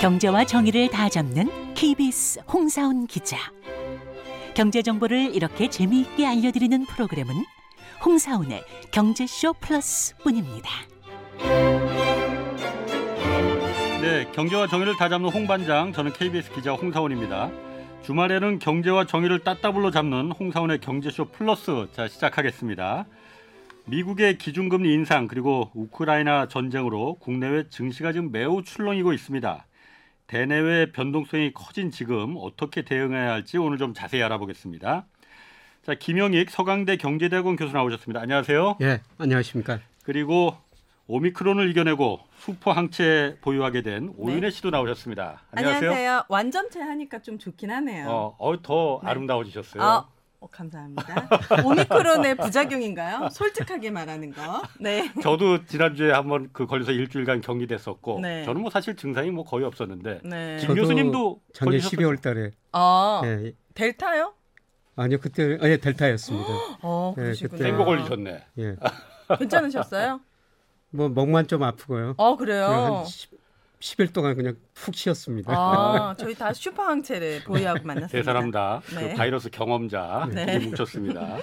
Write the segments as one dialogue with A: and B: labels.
A: 경제와 정의를 다 잡는 KBS 홍사훈 기자. 경제 정보를 이렇게 재미있게 알려드리는 프로그램은 홍사훈의 경제쇼 플러스뿐입니다.
B: 네, 경제와 정의를 다잡는 홍반장, 저는 KBS 기자 홍사원입니다. 주말에는 경제와 정의를 따따블로 잡는 홍사원의 경제쇼 플러스 자 시작하겠습니다. 미국의 기준금리 인상 그리고 우크라이나 전쟁으로 국내외 증시가 지금 매우 출렁이고 있습니다. 대내외 변동성이 커진 지금 어떻게 대응해야 할지 오늘 좀 자세히 알아보겠습니다. 자, 김영익 서강대 경제대학원 교수 나오셨습니다. 안녕하세요.
C: 예, 안녕하십니까.
B: 그리고 오미크론을 이겨내고 수포 항체 보유하게 된 오윤혜 씨도 나오셨습니다. 네. 안녕하세요.
D: 완전체 하니까 좀 좋긴 하네요.
B: 어, 어, 더
D: 네.
B: 아름다워지셨어요.
D: 아, 어, 감사합니다. 오미크론의 부작용인가요? 솔직하게 말하는 거. 네.
B: 저도 지난주에 한번 그 걸려서 일주일간 격리됐었고
D: 네.
B: 저는 뭐 사실 증상이 뭐 거의 없었는데
D: 네.
B: 김
C: 저도
B: 교수님도
C: 작년
B: 걸리셨었죠?
C: 12월 달에
D: 아,
C: 예,
D: 델타요?
C: 아니요 그때 아니 델타였습니다.
D: 어,
C: 네,
D: 그러시구나.
C: 그때-
B: 생거 걸리셨네.
C: 예,
D: 괜찮으셨어요?
C: 뭐 목만 좀 아프고요.
D: 어,
C: 그냥 한
D: 그래요.
C: 10, 10일 동안 그냥 푹 쉬었습니다.
D: 아,
C: 네.
D: 저희 다 슈퍼항체를
B: 네,
D: 보유하고 만났습니다.
B: 세 사람 다 그
D: 네.
B: 바이러스 경험자
D: 네.
B: 둘이 뭉쳤습니다.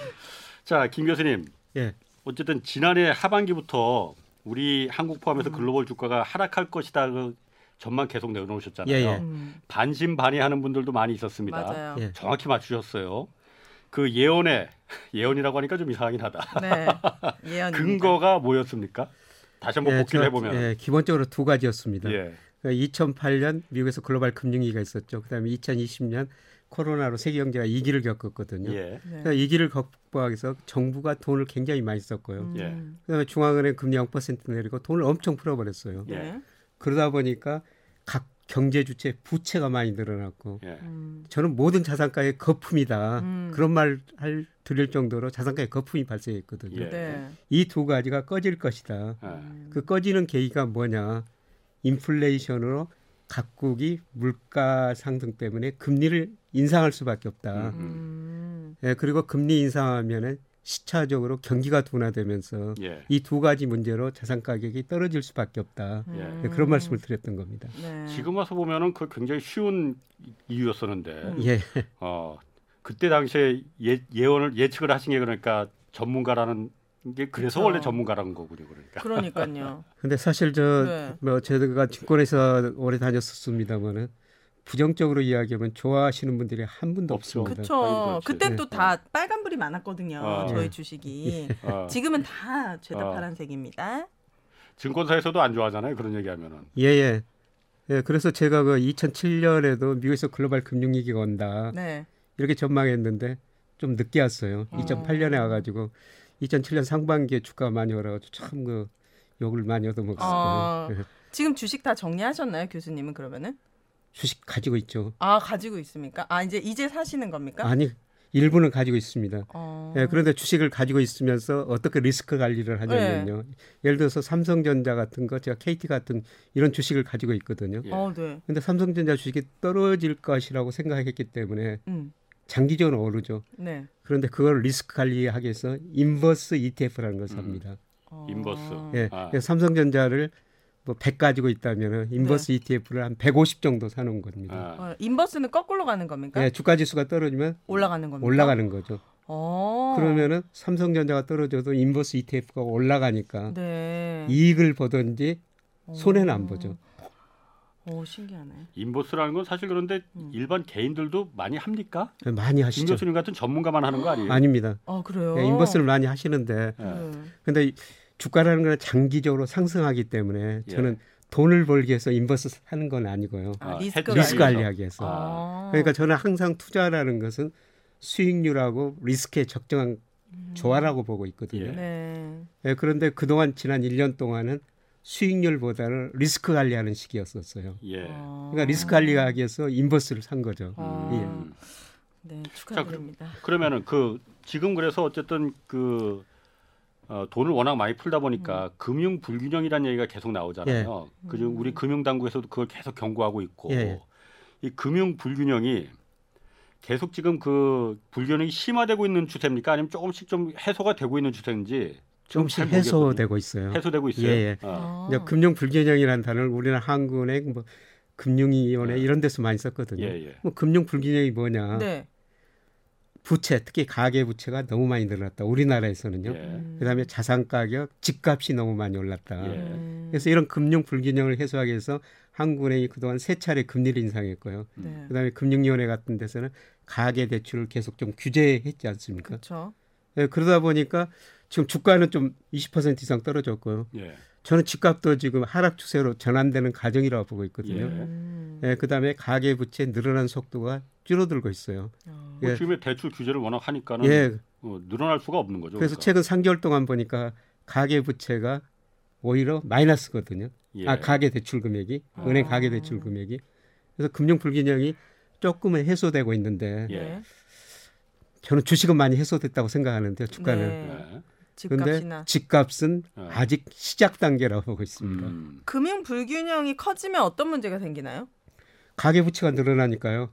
B: 자, 김 교수님.
C: 예,
B: 어쨌든 지난해 하반기부터 우리 한국 포함해서 글로벌 주가가 하락할 것이다 그 전망 계속 내놓으셨잖아요.
C: 예, 예.
D: 음,
B: 반신반의하는 분들도 많이 있었습니다.
D: 맞아요.
C: 예.
B: 정확히 맞추셨어요. 그 예언에 예언이라고 하니까 좀 이상하긴 하다.
D: 네. 예언.
B: 근거가 뭐였습니까? 다시 한번
C: 예,
B: 복귀를
C: 저-
B: 해보면 예.
C: 예, 기본적으로 두 가지였습니다. 그러니까 2008년 미국에서 글로벌 금융위기가 있었죠. 그다음에 2020년 코로나로 세계 경제가 이기를 겪었거든요.
B: 예.
D: 네.
C: 그래서 이기를 극복하기 위해서 정부가 돈을 굉장히 많이 썼고요.
B: 예.
C: 그다음에 중앙은행 금리 0% 내리고 돈을 엄청 풀어버렸어요.
D: 네.
B: 예.
C: 그러다 보니까 각 경제 주체 부채가 많이 늘어났고
B: 예.
C: 저는 모든 자산가의 거품이다
D: 음.
C: 그런 말 할, 드릴 정도로 자산가의 거품이 발생했거든요.
B: 예.
D: 네.
C: 이 두 가지가 꺼질 것이다.
B: 예.
C: 그 꺼지는 계기가 뭐냐? 인플레이션으로 각국이 물가 상승 때문에 금리를 인상할 수밖에 없다.
B: 음.
D: 음.
C: 예, 그리고 금리 인상하면은 시차적으로 경기가 둔화되면서
B: 예.
C: 이 두 가지 문제로 자산 가격이 떨어질 수밖에 없다.
B: 예.
C: 예, 그런 말씀을 드렸던 겁니다.
D: 음, 네.
B: 지금 와서 보면은 그 굉장히 쉬운 이유였었는데
D: 음.
C: 예,
B: 어 그때 당시에 예, 예언을 예측을 하신 게 그러니까 전문가라는 게 그래서
D: 그쵸.
B: 원래 전문가라는 거군요 그러니까
D: 그러니까요.
C: 근데 사실 저
D: 네.
C: 뭐 제가 증권회사 오래 다녔었습니다만은 부정적으로 이야기하면 좋아하시는 분들이 한 분도
B: 없죠.
C: 없습니다.
D: 그쵸.
B: 그렇지.
D: 그땐
C: 네.
D: 또 다 빨간불이 많았거든요.
B: 어.
D: 저희
C: 예. 아.
D: 주식이.
B: 어,
D: 지금은 다 죄다
B: 어.
D: 파란색입니다.
B: 증권사에서도 안 좋아하잖아요 그런 얘기하면은
C: 예, 예. 예, 그래서 제가 그 2007년에도 미국에서 글로벌 금융위기가 온다
D: 네.
C: 이렇게 전망했는데 좀 늦게 왔어요.
D: 어.
C: 2008년에 와가지고 2007년 상반기에 주가가 많이 올라가지고 참 그 욕을 많이 얻어먹었어요.
D: 어.
C: 예.
D: 지금 주식 다 정리하셨나요, 교수님은 그러면은?
C: 주식 가지고 있죠.
D: 아 가지고 있습니까? 아 이제 이제 사시는 겁니까?
C: 아니 일부는 가지고 있습니다.
D: 어.
C: 예, 그런데 주식을 가지고 있으면서 어떻게 리스크 관리를 하냐면요. 예를 들어서 삼성전자 같은 거, 제가 KT 같은 이런 주식을 가지고 있거든요.
B: 예.
D: 어, 네.
C: 근데 삼성전자 주식이 떨어질 것이라고 생각했기 때문에
D: 음,
C: 장기적으로 오르죠.
D: 네.
C: 그런데 그걸 리스크 관리하기 위해서 인버스 ETF라는 걸 삽니다.
D: 어.
B: 인버스.
C: 예,
B: 아.
C: 그래서 삼성전자를 뭐 100 가지고 있다면 인버스 ETF를 한 150 정도 사놓은 겁니다.
B: 아,
D: 어, 인버스는 거꾸로 가는 겁니까?
C: 예, 주가 지수가 떨어지면
D: 올라가는 겁니까?
C: 올라가는 거죠.
D: 어.
C: 그러면은 삼성전자가 떨어져도 인버스 ETF가 올라가니까
B: 음.
D: 네.
C: 이익을 보든지 손해는 안 보죠.
D: 오 어, 신기하네.
B: 인보스라는 건 사실 그런데
D: 음.
B: 일반 개인들도 많이 합니까? 음.
C: 많이
B: 김
C: 하시죠.
B: 교수님 어. 같은 전문가만 하는 거 아니에요?
C: 아닙니다.
D: 아 그래요.
C: 예, 인버스를 많이 하시는데
B: 예.
D: 네.
C: 근데 이 주가라는 건 장기적으로 상승하기 때문에 저는 돈을 벌기 위해서 인버스 사는 건 아니고요.
D: 아,
B: 예. 아,
D: 리스크
B: 그걸 알려서.
C: 리스크
D: 관리.
C: 관리하기 위해서.
D: 아.
C: 그러니까 저는 항상 투자라는 것은 수익률하고 리스크에 적정한 조화라고 보고 있거든요.
B: 음. 예.
D: 네.
C: 예, 그런데 그동안 지난 1년 동안은 수익률보다는 리스크 관리하는 시기였었어요.
B: 예.
D: 어.
C: 그러니까 리스크 관리하기 위해서 인버스를 산 거죠.
D: 아.
C: 예.
B: 음.
D: 네 축하드립니다.
B: 그러면은 그 지금 그래서 어쨌든 그 어, 돈을 워낙 많이 풀다
D: 음.
B: 보니까 금융 불균형이라는 얘기가 계속 나오잖아요. 그 지금
D: 음.
B: 우리 금융 당국에서도 그걸 계속 경고하고 있고
C: 예.
B: 이 금융 불균형이 계속 지금 그 불균형이 심화되고 있는 추세입니까? 아니면 조금씩 좀 해소가 되고 있는 추세인지 지금
C: 조금씩
B: 잘 모르겠거든요.
C: 해소되고 있어요.
B: 해소되고 있어요.
C: 예, 예.
B: 어.
D: 아.
C: 이제 금융 불균형이라는 단어를 우리는 한국은행, 뭐 금융위원회
B: 예.
C: 이런 데서 많이 썼거든요.
B: 예, 예.
C: 뭐 금융 불균형이 뭐냐?
D: 네.
C: 부채 특히 가계 부채가 너무 많이 늘어났다. 우리나라에서는요.
B: 예.
C: 그다음에 자산 가격, 집값이 너무 많이 올랐다.
B: 예.
D: 음,
C: 그래서 이런 금융 불균형을 해소하기 위해서 한국은행이 그동안 세 차례 금리를 인상했고요.
D: 네.
C: 그다음에 금융위원회 같은 데서는 가계 대출을 계속 좀 규제했지 않습니까?
D: 그렇죠.
C: 예, 그러다 보니까 지금 주가는 좀 20% 이상 떨어졌고요.
B: 예.
C: 저는 집값도 지금 하락 추세로 전환되는 과정이라고 보고 있거든요.
B: 예.
D: 음,
C: 예, 그다음에 가계 부채 늘어난 속도가 줄어들고 있어요.
D: 어.
B: 뭐
C: 예.
B: 지금의 대출 규제를 워낙 하니까는
C: 예,
B: 어, 늘어날 수가 없는 거죠.
C: 그래서
B: 그러니까.
C: 최근 3개월 동안 보니까 가계 부채가 오히려 마이너스거든요.
B: 예.
C: 아 가계 대출 금액이
B: 아.
C: 은행 가계 대출 금액이 그래서 금융 불균형이 조금은 해소되고 있는데
B: 예.
D: 네.
C: 저는 주식은 많이 해소됐다고 생각하는데요. 주가는
D: 네.
B: 예.
C: 그런데
D: 집값이나
C: 집값은
B: 예.
C: 아직 시작 단계라고 보고 있습니다.
B: 음.
D: 금융 불균형이 커지면 어떤 문제가 생기나요?
C: 가계 부채가 늘어나니까요.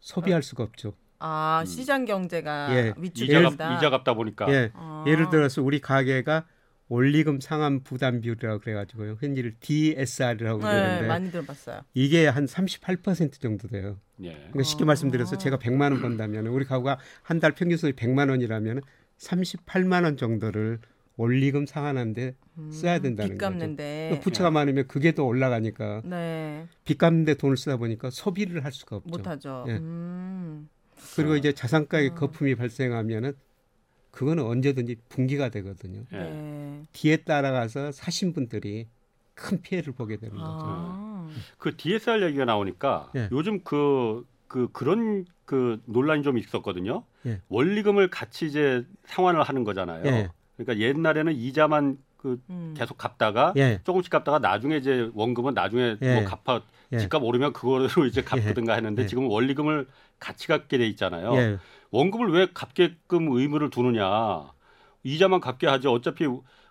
C: 소비할 수가 없죠.
D: 아
B: 음.
D: 시장 경제가
C: 예.
B: 이자가
D: 위축된다.
B: 이자갑다 보니까
C: 예,
D: 아.
C: 예를 들어서 우리 가계가 원리금 상환 부담 비율이라고 그래가지고요. 흔히를 DSR이라고
D: 네,
C: 그러는데
D: 많이 들어봤어요.
C: 이게 한 38% 정도 돼요.
B: 예.
C: 그러니까 쉽게
D: 아.
C: 말씀드려서 제가 100만 원 번다면 우리 가구가 한 달 평균 수입이 100만 원이라면 38만 원 정도를 원리금 상환하는데 써야 된다는
D: 음. 빚
C: 거죠.
D: 갚는데.
C: 부채가 많으면 그게 더 올라가니까
D: 네,
C: 빚 갚는데 돈을 쓰다 보니까 소비를 할 수가 없죠.
D: 못하죠.
C: 예.
D: 음.
C: 그리고 이제
D: 아.
C: 자산가의 거품이 발생하면은 그거는 언제든지 분기가 되거든요.
B: 예.
D: 네.
C: 뒤에 따라가서 사신 분들이 큰 피해를 보게 되는 거죠.
D: 아.
C: 음.
B: 그 DSR 얘기가 나오니까
C: 예.
B: 요즘 그, 그 그런 그 논란이 좀 있었거든요.
C: 예.
B: 원리금을 같이 이제 상환을 하는 거잖아요.
C: 예.
B: 그러니까 옛날에는 이자만 그
D: 음.
B: 계속 갚다가
C: 예,
B: 조금씩 갚다가 나중에 이제 원금은 나중에
C: 예.
B: 뭐 갚아
C: 예.
B: 집값 오르면 그거로 이제 갚든가 했는데
C: 예.
B: 지금 원리금을 같이 갚게 돼 있잖아요.
C: 예,
B: 원금을 왜 갚게끔 의무를 두느냐? 이자만 갚게 하지 어차피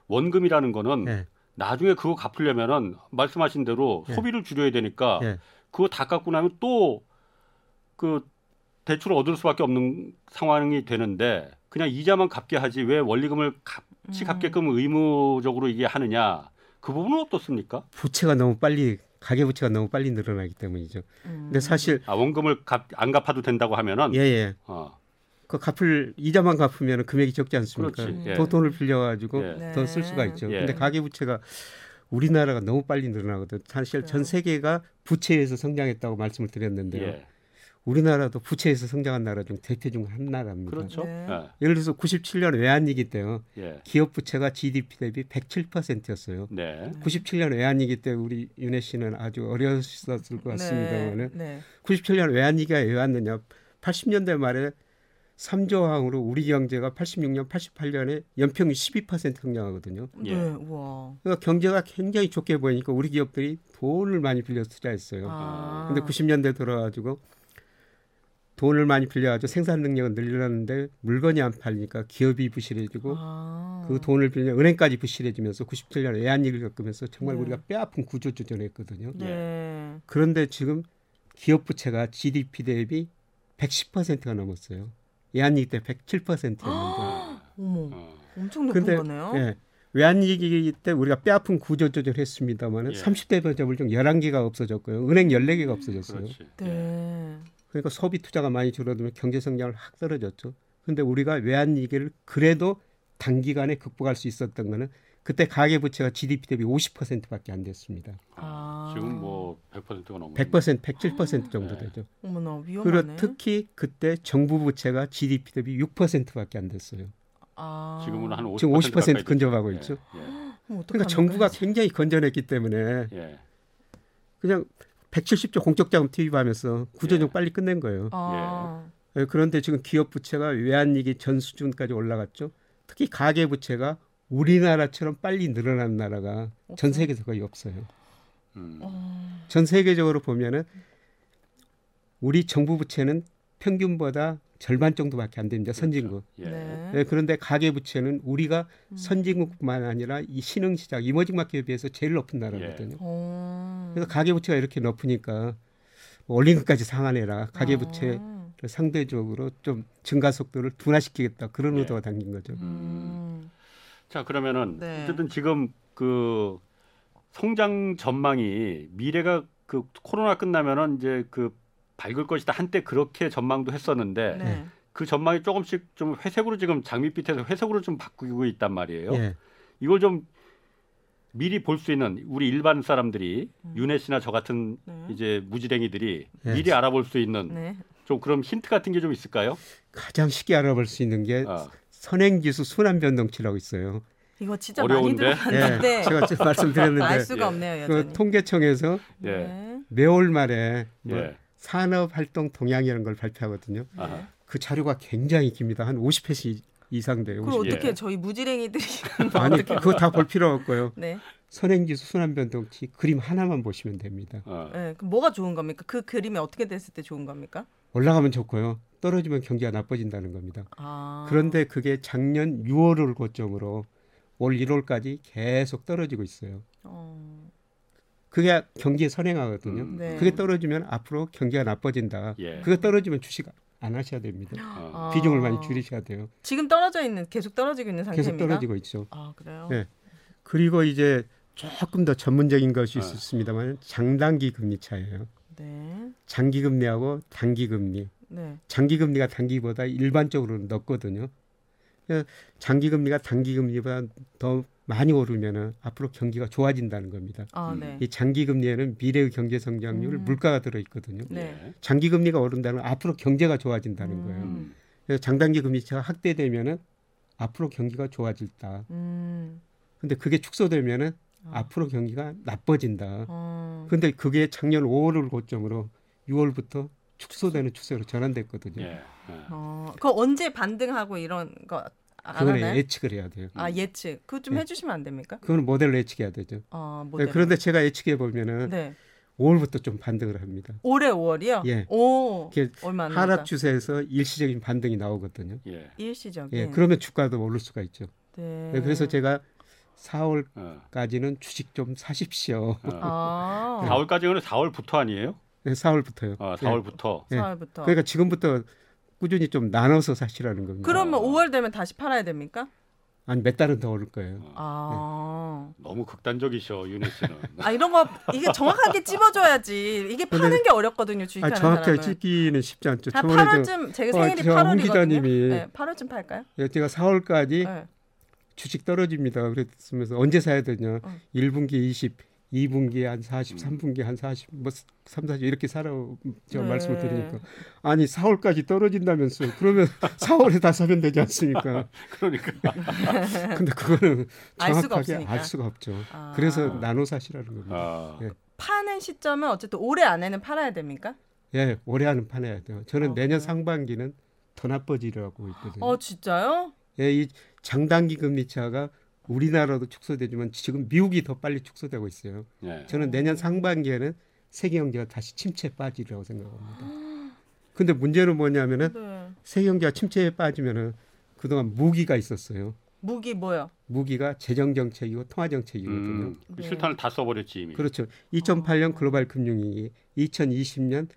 B: 원금이라는 거는
C: 예,
B: 나중에 그거 갚으려면은 말씀하신 대로
C: 예.
B: 소비를 줄여야 되니까
C: 예.
B: 그거 다 갚고 나면 또 그 대출을 얻을 수밖에 없는 상황이 되는데 그냥 이자만 갚게 하지 왜 원리금을 같이
D: 음.
B: 갚게끔 의무적으로 이게 하느냐 그 부분은 어떻습니까?
C: 부채가 너무 빨리 가계 부채가 너무 빨리 늘어나기 때문이죠.
D: 음.
C: 근데 사실
B: 아 원금을 갚, 안 갚아도 된다고 하면은
C: 예, 예.
B: 어,
C: 그 갚을 이자만 갚으면 금액이 적지 않습니까?
B: 그렇지. 예.
C: 더 돈을 빌려 가지고
D: 네.
B: 예.
C: 더 쓸 수가 있죠.
B: 예.
C: 근데 가계 부채가 우리나라가 너무 빨리 늘어나거든. 요 사실 전
D: 그래요?
C: 세계가 부채에서 성장했다고 말씀을 드렸는데요.
B: 예.
C: 우리나라도 부채에서 성장한 나라 중 대표 중 한 나라입니다.
B: 그렇죠.
D: 네.
C: 예를 들어서 97년 외환위기 때요.
B: 예. 예.
C: 기업 부채가 GDP 대비 107%였어요.
B: 네.
C: 97년 외환위기 때 우리 윤혜 씨는 아주 어려웠을 것 같습니다만은
D: 네.
C: 97년 외환위기가 왜 왔느냐? 80년대 말에 3조 항으로 우리 경제가 86년, 88년에 연평균 12% 성장하거든요.
B: 예.
D: 네. 우와.
C: 그러니까 경제가 굉장히 좋게 보이니까 우리 기업들이 돈을 많이 빌려 투자했어요.
D: 아.
C: 근데 90년대 들어가지고 돈을 많이 빌려가지고 생산 능력을 늘렸는데 물건이 안 팔리니까 기업이 부실해지고
D: 아.
C: 그 돈을 빌려 은행까지 부실해지면서 97년 외환위기를 겪으면서 정말
D: 네.
C: 우리가 뼈아픈 구조조정했거든요. 예.
D: 네.
C: 그런데 지금 기업 부채가 GDP 대비 110%가 넘었어요. 외환위기 때 107%였는데.
D: 어머,
B: 어.
D: 엄청 높은
C: 근데
D: 거네요.
C: 예, 외환위기 때 우리가 뼈아픈 구조 조절했습니다만
B: 예.
C: 은 30대 변제불 중 11개가 없어졌고요. 은행 14개가 없어졌어요.
B: 그렇지.
D: 네.
B: 예.
C: 그러니까 소비 투자가 많이 줄어들면 경제 성장을 확 떨어졌죠. 근데 우리가 외환위기를 그래도 단기간에 극복할 수 있었던 거는 그때 가계 부채가 GDP 대비 50%밖에 안 됐습니다.
D: 아.
B: 어, 지금 뭐 100%가 넘어.
C: 100%, 107% 정도
B: 네.
C: 되죠.
D: 어머나 아, 위험하네.
C: 그리고 특히 그때 정부 부채가 GDP 대비 6%밖에 안 됐어요.
D: 아.
B: 지금은 한 50%
C: 지금 50%
B: 가까이
C: 근접하고
B: 됐죠.
C: 있죠.
B: 예.
D: 그럼 어떡합니까?
C: 그러니까 정부가 굉장히 건전했기 때문에
B: 예. 예.
C: 그냥 170조 공적자금 투입하면서 구조조정
B: 예.
C: 빨리 끝낸 거예요.
D: 아.
C: 예, 그런데 지금 기업 부채가 외환위기 전 수준까지 올라갔죠. 특히 가계 부채가 우리나라처럼 빨리 늘어난 나라가 전
D: 없어요?
C: 세계에서 거의 없어요.
B: 음.
D: 어.
C: 전 세계적으로 보면은 우리 정부 부채는 평균보다 절반 정도밖에 안 됩니다. 선진국.
B: 예.
D: 그렇죠. 네. 음.
C: 예, 그런데 가계 부채는 우리가 선진국뿐만 아니라 이 신흥 시장 이머징 마켓에 비해서 제일 높은 나라거든요.
D: 어.
C: 그래서 가계 부채가 이렇게 높으니까 뭐 올림픽까지 상환해라. 가계
D: 아.
C: 부채를 상대적으로 좀 증가 속도를 둔화시키겠다. 그런
B: 예.
C: 의도가 담긴 거죠.
D: 음.
B: 자 그러면은
D: 네.
B: 어쨌든 지금 그 성장 전망이 미래가 그 코로나 끝나면은 이제 그 밝을 것이다 한때 그렇게 전망도 했었는데
D: 네.
B: 그 전망이 조금씩 좀 회색으로 지금 장밋빛에서 회색으로 좀 바뀌고 있단 말이에요.
C: 예.
B: 이걸 좀 미리 볼 수 있는 우리 일반 사람들이
D: 음.
B: 윤혜 씨나 저 같은
D: 네.
B: 이제 무지랭이들이
C: 예.
B: 미리 알아볼 수 있는
D: 네.
B: 좀 그럼 힌트 같은 게 좀 있을까요?
C: 가장 쉽게 알아볼 수 있는 게
B: 아,
C: 선행지수 순환 변동치라고 있어요.
D: 이거 진짜 많이
B: 어려운데?
C: 예.
D: 들어봤는데
C: 제가 좀
D: 알
C: 말씀드렸는데
B: 예.
D: 수가 없네요 여전히.
C: 그 통계청에서
B: 예.
D: 네.
C: 매월 말에 뭐
B: 예.
C: 산업활동 동향이라는 걸 발표하거든요.
B: 아하.
C: 그 자료가 굉장히 깁니다. 한 50회씩 이상 돼요.
D: 그걸
C: 50.
D: 어떻게
B: 예.
D: 저희 무지랭이들이
C: 아니 그거 다 볼 필요 없고요.
D: 네,
C: 선행지수 순환 변동치 그림 하나만 보시면 됩니다.
B: 어.
D: 네. 그럼 뭐가 좋은 겁니까? 그 그림이 어떻게 됐을 때 좋은 겁니까?
C: 올라가면 좋고요. 떨어지면 경기가 나빠진다는 겁니다.
D: 아.
C: 그런데 그게 작년 6월을 고점으로 올 1월까지 계속 떨어지고 있어요.
D: 어,
C: 그게 경기의 선행하거든요.
B: 음.
D: 네.
C: 예. 그게 떨어지면 앞으로 경기가 나빠진다.
B: 예.
C: 그게 떨어지면 주식 안 하셔야 됩니다.
B: 어.
D: 아.
C: 비중을 많이 줄이셔야 돼요.
D: 지금 떨어져 있는 계속 떨어지고 있는 상태입니다.
C: 계속 떨어지고 있죠.
D: 아 그래요?
C: 네. 그리고 이제 조금 더 전문적인 것이
D: 아.
B: 네.
C: 있습니다만 장단기 금리 차예요.
D: 네,
C: 장기 금리하고 단기 금리.
D: 네.
C: 장기 금리가 단기보다 일반적으로는 높거든요. 그래서 장기 금리가 단기 금리보다 더 많이 오르면은 앞으로 경기가 좋아진다는 겁니다.
D: 아
B: 음.
D: 네.
C: 이 장기 금리에는 미래의 경제 성장률,
D: 음.
C: 물가가 들어 있거든요.
B: 예.
D: 네.
C: 장기 금리가 오른다는 건 앞으로 경제가 좋아진다는
D: 음.
C: 거예요.
B: 음.
C: 그래서 장단기 금리차가 확대되면은 앞으로 경기가 좋아질다.
D: 음.
C: 근데 그게 축소되면은
D: 어.
C: 앞으로 경기가 나빠진다.
D: 어.
C: 근데 그게 작년 5월을 고점으로 6월부터 축소되는 추세로 전환됐거든요.
B: 예. 예.
D: 어. 그 언제 반등하고 이런 거
C: 그거는
D: 알아나요?
C: 예측을 해야 돼요.
D: 아 예측. 그거 좀
C: 예.
D: 해주시면 안 됩니까?
C: 그거는 모델로 예측해야 되죠.
D: 아
C: 네,
D: 모델.
C: 그런데 제가 예측해 보면은
D: 네.
C: 5월부터 좀 반등을 합니다.
D: 올해 5월이요?
C: 예.
D: 오.
C: 이게
D: 얼마 안
C: 하락
D: 남았다.
C: 추세에서 일시적인 반등이 나오거든요.
B: 예.
D: 일시적인.
C: 예, 그러면 주가도 오를 수가 있죠.
D: 네.
C: 네, 그래서 제가
B: 어.
C: 4월까지는 주식 좀 사십시오.
B: 어.
D: 아.
B: 4월까지는 4월부터 아니에요?
C: 네, 4월부터요.
B: 아, 4월부터.
C: 예.
D: 4월부터.
C: 그러니까 지금부터 꾸준히 좀 나눠서 사시라는 겁니다.
D: 그러면
B: 어.
D: 5월 되면 다시 팔아야 됩니까?
C: 아니 몇 달은 더 오를 거예요.
D: 아.
B: 너무 극단적이셔, 윤혜 씨는.
D: 아 이런 거 이게 정확하게 찝어줘야지 이게
C: 네. 근데-
D: 파는 게 어렵거든요
C: 아
D: 주식하는
C: 정확하게
D: 사람은.
C: 찍기는 쉽지 않죠.
D: 한
C: 저번에 저-
D: 아, 8월쯤 제 생일이
C: 제가 어, 홍
D: 8월이거든요.
C: 기자님이-
D: 네, 8월쯤 팔까요?
C: 예, 제가 4월까지
D: 네.
C: 주식 떨어집니다. 그랬으면서 언제 사야 되냐?
D: 어.
C: 1분기 20, 2분기 한 40, 3분기 한 40, 뭐 3, 40 이렇게 사라고 제가
D: 네.
C: 말씀을 드리니까 아니 4월까지 떨어진다면서 그러면 4월에 다 사면 되지 않습니까?
B: 그러니까.
C: 근데 그거는
D: 네. 알 수가
C: 정확하게 알
D: 없으니까.
C: 수가 없죠.
D: 아.
C: 그래서 나눠 사시라는 겁니다.
B: 아.
C: 예.
D: 파는 시점은 어쨌든 올해 안에는 팔아야 됩니까?
C: 예, 올해 안은 팔아야 돼요. 저는
D: 아,
C: 내년
D: 그래요?
C: 상반기는 더 나빠지려고 있거든요.
D: 어 진짜요?
C: 예, 이 장단기 금리 차가 우리나라도 축소되지만 지금 미국이 더 빨리 축소되고 있어요.
B: 예.
C: 저는 내년 상반기에는 세계 경제가 다시 침체에 빠지리라고 생각합니다. 근데 문제는 뭐냐면은
D: 네.
C: 세계 경제가 침체에 빠지면은 그동안 무기가 있었어요.
D: 무기 뭐요?
C: 무기가 재정 정책이고 통화 정책이거든요.
B: 음. 그
D: 네.
B: 실탄을 다 써버렸지, 이미.
C: 그렇죠. 2008년 글로벌 금융위기, 2020년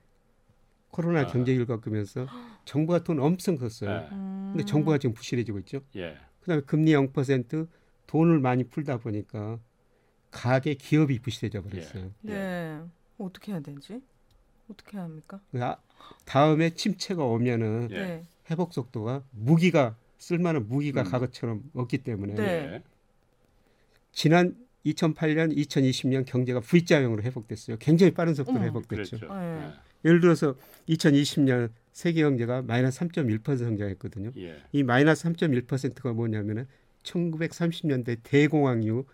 C: 코로나
B: 아.
C: 경제위기를 겪으면서 정부가 돈 엄청 썼어요.
B: 예.
D: 음.
C: 근데 정부가 지금 부실해지고 있죠.
B: 예.
C: 그다음에 금리 0% 돈을 많이 풀다 보니까 가계 기업이 부실해져
B: 예.
C: 버렸어요.
D: 네.
C: 예.
D: 어떻게 해야 되지? 어떻게 해야 합니까?
C: 아, 다음에 침체가 오면은
B: 예.
D: 네.
C: 회복 속도가 무기가 쓸만한 무기가
B: 음.
C: 과거처럼 없기 때문에
D: 네.
B: 예.
C: 지난 2008년, 2020년 경제가 V자형으로 회복됐어요. 굉장히 빠른 속도로
D: 어머.
C: 회복됐죠.
B: 그렇죠.
D: 예.
C: 예를 들어서 2020년 세계 경제가 마이너스 3.1% 성장했거든요.
B: 예. 예.
C: 이 마이너스 3.1%가 뭐냐면은 1930년대 대공황 이후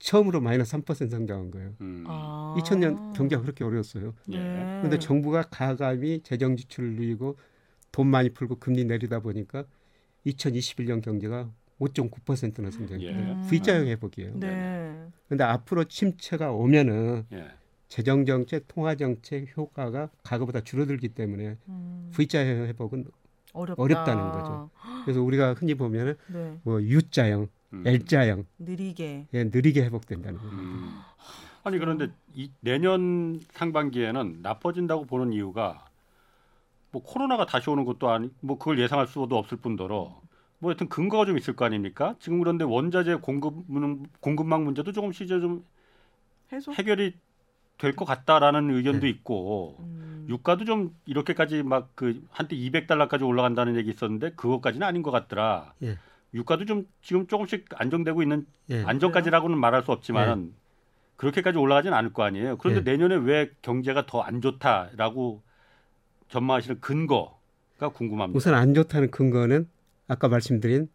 C: 처음으로 마이너스 3% 성장한 거예요.
B: 음.
D: 아.
C: 2000년 경제가 그렇게 어려웠어요.
B: 예.
D: 네.
C: 그런데 정부가 가감히 재정 지출을 늘리고 돈 많이 풀고 금리 내리다 보니까 2021년 경제가 5.9%나
B: 예.
C: 성장해요.
D: 음.
C: V자형 회복이에요.
D: 네.
C: 그런데 앞으로 침체가 오면은
B: 예.
C: 재정 정책, 통화 정책 효과가 과거보다 줄어들기 때문에
D: 음.
C: V자형 회복은
D: 어렵다.
C: 어렵다는 거죠. 그래서 우리가 흔히 보면은
D: 네.
C: 뭐 U자형,
B: 음.
C: L자형
D: 느리게.
C: 예, 느리게 회복된다는 거예요.
B: 음. 아니 그런데 이 내년 상반기에는 나빠진다고 보는 이유가 뭐 코로나가 다시 오는 것도 아니 뭐 그걸 예상할 수도 없을 뿐더러 뭐 하여튼 근거가 좀 있을 거 아닙니까? 지금 그런데 원자재 공급 문- 공급망 문제도 조금씩 이제 좀
D: 해소.
B: 해결이 될 것 같다라는 의견도
C: 네.
B: 있고
D: 음.
B: 유가도 좀 이렇게까지 막 그 한때 200달러까지 올라간다는 얘기 있었는데 그것까지는 아닌 것 같더라.
C: 예.
B: 유가도 좀 지금 조금씩 안정되고 있는
C: 예.
B: 안정까지라고는 말할 수 없지만 그렇게까지 올라가진 않을 거 아니에요. 그런데
C: 예.
B: 내년에 왜 경제가 더 안 좋다라고 전망하시는 근거가 궁금합니다.
C: 우선 안 좋다는 근거는 아까 말씀드린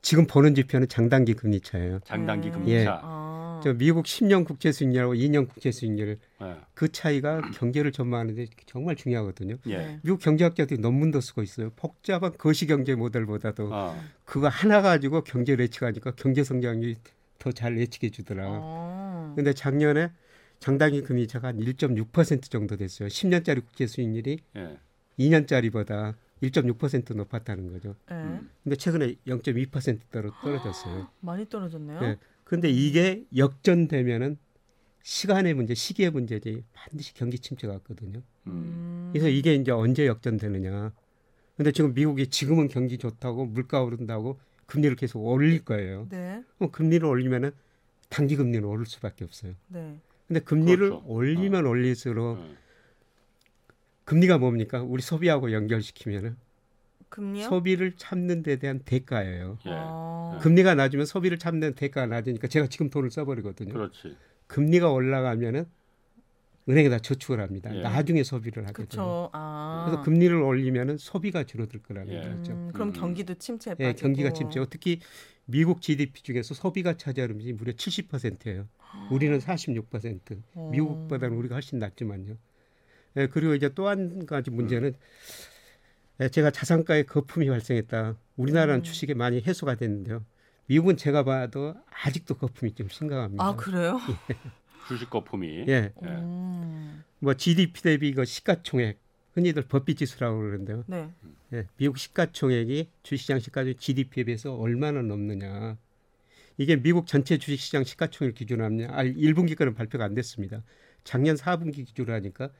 C: 지금 보는 지표는 장단기 금리 차예요.
B: 장단기
D: 음.
C: 예.
B: 금리차.
D: 아.
C: 저 미국 10년 국채 수익률하고 2년 국채 수익률
B: 예.
C: 그 차이가 경제를 전망하는데 정말 중요하거든요.
B: 예.
D: 네.
C: 미국 경제학자들이 논문도 쓰고 있어요. 복잡한 거시 경제 모델보다도
B: 어.
C: 그거 하나 가지고 경제 예측하니까 경제 성장률이 더 잘 예측해 주더라.
D: 어.
C: 근데 작년에 장단기 금리 차가 한 1.6% 정도 됐어요. 10년짜리 국채 수익률이
D: 네.
B: 예.
C: 2년짜리보다 1.6% 높았다는 거죠.
D: 네.
B: 음.
C: 근데 최근에 0.2% 떨어- 떨어졌어요.
D: 많이 떨어졌네요.
C: 예. 근데 이게 역전되면은 시간의 문제, 시기의 문제지 반드시 경기 침체가 왔거든요.
B: 음.
D: 음.
C: 그래서 이게 이제 언제 역전되느냐. 근데 지금 미국이 지금은 경기 좋다고 물가 오른다고 금리를 계속 올릴 거예요.
D: 네.
C: 그럼 금리를 올리면은 단기 금리는 오를 수밖에 없어요.
D: 네.
C: 근데 금리를
B: 그렇죠.
C: 올리면 올릴수록
B: 음.
C: 금리가 뭡니까? 우리 소비하고 연결시키면은
D: 금리요?
C: 소비를 참는 데 대한 대가예요.
B: 예.
D: 아.
C: 금리가 낮으면 소비를 참는 대가가 낮으니까 제가 지금 돈을 써버리거든요.
B: 그렇지.
C: 금리가 올라가면은 은행에다 저축을 합니다.
B: 예.
C: 나중에 소비를 하거든요.
D: 그쵸. 아.
C: 그래서 금리를 올리면은 소비가 줄어들 거라는
B: 예.
C: 거죠.
D: 음, 그럼
B: 음.
D: 경기도 침체에
C: 예,
D: 빠지고.
C: 경기가 침체고 특히 미국 GDP 중에서 소비가 차지하는 비율이 무려 70%예요. 우리는 46%.
D: 어.
C: 미국보다는 우리가 훨씬 낮지만요. 예, 그리고 이제 또 한 가지 문제는 예, 제가 자산가에 거품이 발생했다.
D: 음.
C: 우리나라는 주식에 많이 해소가 됐는데요. 미국은 제가 봐도 아직도 거품이 좀 심각합니다.
D: 아 그래요?
B: 주식 거품이.
C: 예,
B: 예.
D: 음.
C: 뭐 GDP 대비 이거 시가총액 흔히들 법비지수라고 그러는데요.
D: 네.
C: 예, 미국 시가총액이 주식시장 시가총액 GDP에 비해서 얼마나 넘느냐. 이게 미국 전체 주식시장 시가총액 기준으로 하면 아, 1분기 거는 발표가 안 됐습니다. 작년 4분기 기준으로 하니까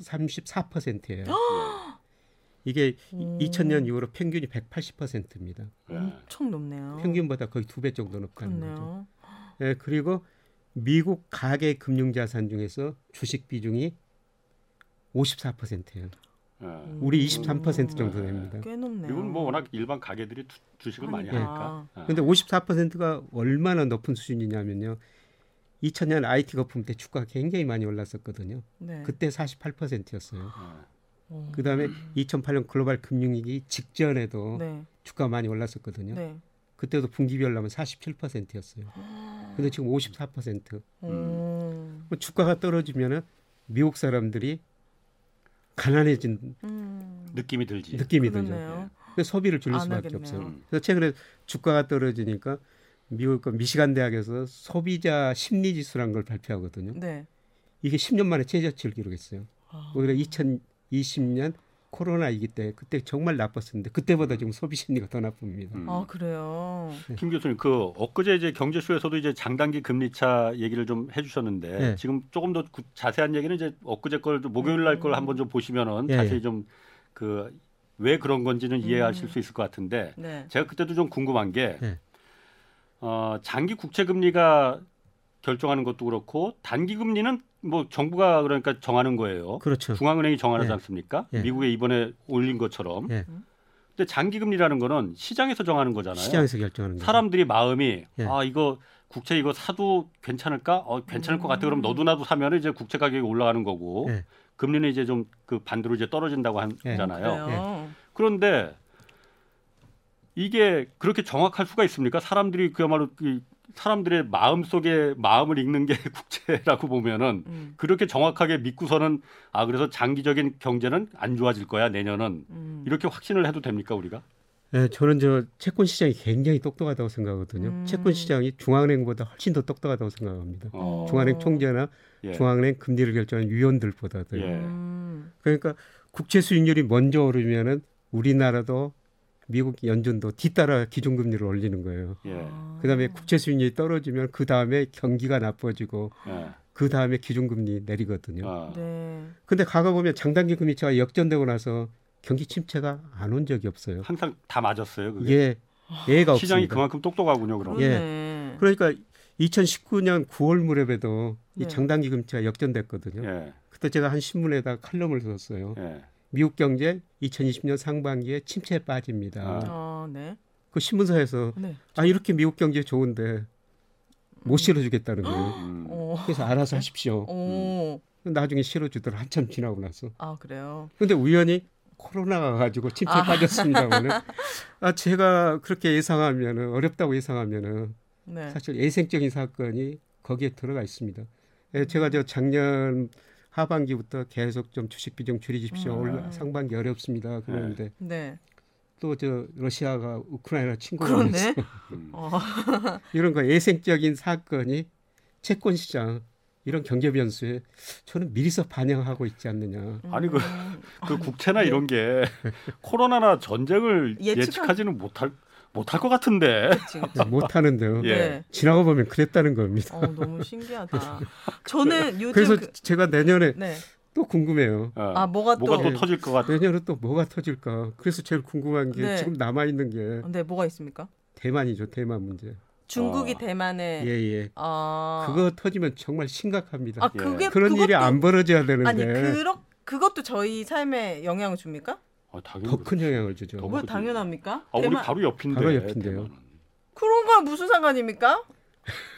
C: 334%예요. 이게
D: 오.
C: 2000년 이후로 평균이 180%입니다.
B: 예.
D: 엄청 높네요.
C: 평균보다 거의 두 배 정도 높다는 거죠.
D: 아. 그렇네요.
C: 예, 그리고 미국 가계 금융자산 중에서 주식 비중이 54%예요.
B: 예.
C: 우리
D: 음.
C: 23% 정도 됩니다.
D: 꽤 높네요.
B: 이건 뭐 워낙 일반 가게들이 투- 주식을 많이
D: 그러니까.
B: 하니까. 예.
C: 아. 근데 54%가 얼마나 높은 수준이냐면요. 2000년 IT 거품 때 주가 굉장히 많이 올랐었거든요.
D: 네. 음.
C: 그때 48%였어요.
B: 예.
D: 어.
C: 그다음에 2008년 글로벌 금융위기 직전에도
D: 네.
C: 주가 많이 올랐었거든요.
D: 네.
C: 그때도 분기별 나면 47%였어요.
D: 아.
C: 근데 지금 54%.
D: 음.
C: 그럼 주가가 떨어지면은 미국 사람들이 가난해진
D: 음.
B: 느낌이 들지.
C: 느낌이 들죠.
D: 그러네요.
C: 그래서 소비를 줄일
D: 안
C: 수밖에
D: 하겠네요.
C: 없어요.
B: 음.
C: 그래서 최근에 주가가 떨어지니까 미국 그 미시간 대학에서 소비자 심리 지수라는 걸 발표하거든요.
D: 네.
C: 이게 10년 만에 최저치를 기록했어요.
D: 아.
C: 오히려 2020년 코로나 이기 때 그때 정말 나빴었는데 그때보다 지금 소비 심리가 더 나쁩니다.
B: 음.
D: 아 그래요.
B: 김 교수님 그 엊그제 이제 경제쇼에서도 이제 장단기 금리차 얘기를 좀 해주셨는데
C: 예.
B: 지금 조금 더 구- 자세한 얘기는 이제 엊그제 걸 목요일 날
D: 음.
B: 걸 한번 좀 보시면은
C: 예,
B: 자세히
C: 예.
B: 좀 그 왜 그런 건지는
D: 음.
B: 이해하실 수 있을 것 같은데
D: 네.
B: 제가 그때도 좀 궁금한 게
C: 예.
B: 어, 장기 국채 금리가 결정하는 것도 그렇고 단기 금리는 뭐 정부가 그러니까 정하는 거예요.
C: 그렇죠.
B: 중앙은행이 정하지
C: 예.
B: 않습니까?
C: 예.
B: 미국에 이번에 올린 것처럼.
C: 예.
B: 근데 장기 금리라는 거는 시장에서 정하는 거잖아요.
C: 시장에서 결정하는 거죠.
B: 사람들이 마음이
C: 예.
B: 아 이거 국채 이거 사도 괜찮을까? 어 괜찮을 것 같아. 그럼
D: 음.
B: 너도 나도 사면 이제 국채 가격이 올라가는 거고
C: 예.
B: 금리는 이제 좀 그 반대로 이제 떨어진다고
C: 예.
B: 하잖아요.
D: 그래요.
B: 그런데 이게 그렇게 정확할 수가 있습니까? 사람들이 그야말로 이 사람들의 마음 속에 마음을 읽는 게 국채라고
C: 예.
B: 보면은
D: 음.
B: 그렇게 정확하게 믿고서는 아 그래서 장기적인 경제는 안 좋아질 거야 내년은
D: 음.
B: 이렇게 확신을 해도 됩니까 우리가?
C: 예, 저는 저 채권 시장이 굉장히 똑똑하다고 생각하거든요.
D: 음.
C: 채권 시장이 중앙은행보다 훨씬 더 똑똑하다고 생각합니다.
B: 어,
C: 중앙은행 총재나
B: 예.
C: 중앙은행 금리를 결정하는 위원들보다도요.
B: 예.
D: 음.
C: 그러니까 국채 수익률이 먼저 오르면은 우리나라도 미국 연준도 뒤따라 기준금리를 올리는 거예요.
B: 예.
D: 아.
C: 그다음에 국채 수익률이 떨어지면 그 다음에 경기가 나빠지고
B: 예.
C: 그 다음에 기준금리 내리거든요.
B: 아.
D: 네.
C: 근데 과거 보면 장단기 금리차가 역전되고 나서 경기 침체가 안 온 적이 없어요.
B: 항상 다 맞았어요. 그게
D: 네.
C: 이게 예가
B: 아, 시장이
C: 없습니다.
B: 그만큼 똑똑하군요. 그럼.
D: 그러네.
C: 그러니까 2019년 9월 무렵에도
D: 네.
C: 이 장단기 금치가 역전됐거든요.
B: 예.
C: 그때 제가 한 신문에다 칼럼을 썼어요.
B: 예.
C: 미국 경제 2020년 상반기에 침체에 빠집니다.
B: 아.
D: 어, 네.
C: 그 신문사에서
D: 네.
C: 아 이렇게 미국 경제 좋은데 못 실어주겠다는 거예요.
B: 음.
D: 어.
C: 그래서 알아서 하십시오.
D: 오.
C: 나중에 실어주더라 한참 지나고 나서.
D: 아, 그래요.
C: 근데 우연히 코로나가 가지고 침체에
D: 아.
C: 빠졌습니다만은 아 제가 그렇게 예상하면은 어렵다고 예상하면은
D: 네.
C: 사실 예생적인 사건이 거기에 들어가 있습니다. 예, 제가 저 작년 하반기부터 계속 좀 주식 비중 줄이십시오.
D: 음.
C: 올라, 상반기 어렵습니다. 그러는데
D: 네.
C: 또 저 러시아가 우크라이나 침공하면서
D: 그러네.
B: 음.
D: 어.
C: 이런 거 예생적인 사건이 채권 시장 이런 경제 변수에 저는 미리서 반영하고 있지 않느냐.
B: 아니, 그-
D: 음.
B: 그
C: 네.
B: 국채나 이런 게 코로나나 전쟁을
D: 예측하-
B: 예측하지는 못할 못할 것 같은데.
D: 그치, 그치.
C: 못 하는데요.
B: 예.
D: 네.
C: 지나고 보면 그랬다는 겁니다.
D: 어, 너무 신기하다. 저는 요즘
C: 그래서
D: 그-
C: 제가 내년에
D: 네.
C: 또 궁금해요.
B: 어.
D: 아, 뭐가 또
B: 뭐가 또 터질 것 같아.
C: 내년에 또 뭐가 터질까? 그래서 제일 궁금한 게
D: 네.
C: 지금 남아 있는 게
D: 네, 뭐가 있습니까?
C: 대만이죠. 대만 문제.
D: 중국이
B: 어.
D: 대만에
C: 예예.
D: 네. 아
C: 그거 터지면 정말 심각합니다.
D: 아, 그게
C: 그런
D: 그것도
C: 일이 안 벌어져야 되는데
D: 아니, 그러 그것도 저희 삶에 영향을 줍니까?
B: 아, 당연히
C: 더 큰 영향을
B: 더
C: 주죠.
D: 뭐
B: 그렇죠.
D: 당연합니까?
B: 아, 우리
D: 대만
B: 바로 옆인데.
C: 바로 옆인데요.
B: 대만은.
D: 그런 거 무슨 상관입니까?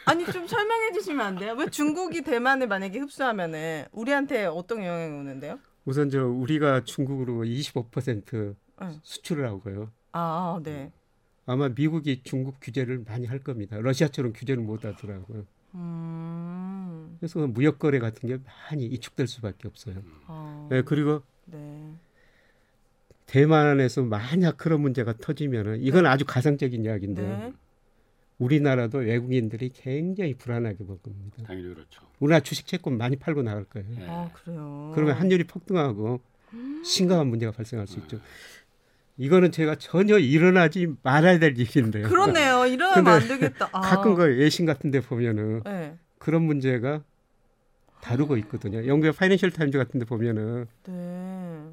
D: 아니 좀 설명해 주시면 안 돼요? 왜 중국이 대만을 만약에 흡수하면은 우리한테 어떤 영향이 오는데요?
C: 우선 저 우리가 중국으로 25%
D: 응.
C: 수출을 하고요.
D: 아, 네.
C: 아마 미국이 중국 규제를 많이 할 겁니다. 러시아처럼 규제를 못 하더라고요.
D: 음.
C: 그래서 그 무역 거래 같은 게 많이 이축될 수밖에 없어요.
D: 아,
C: 예, 그리고
D: 네.
C: 대만에서 만약 그런 문제가 터지면은 이건 아주 가상적인 이야기인데요.
D: 네.
C: 우리나라도 외국인들이 굉장히 불안하게 볼 겁니다.
B: 당연히 그렇죠.
C: 우리나라 주식 채권 많이 팔고 나갈 거예요.
B: 예.
D: 아, 그래요.
C: 그러면 환율이 폭등하고 심각한 문제가 발생할 수 있죠. 이거는 제가 전혀 일어나지 말아야 될 일인데요.
D: 그러네요. 이러면
C: 근데
D: 안 되겠다. 아.
C: 가끔 그 예신 같은 데 보면은
D: 네.
C: 그런 문제가
D: 아.
C: 다루고 있거든요. 영국의 파이낸셜 타임즈 같은 데 보면은
D: 네.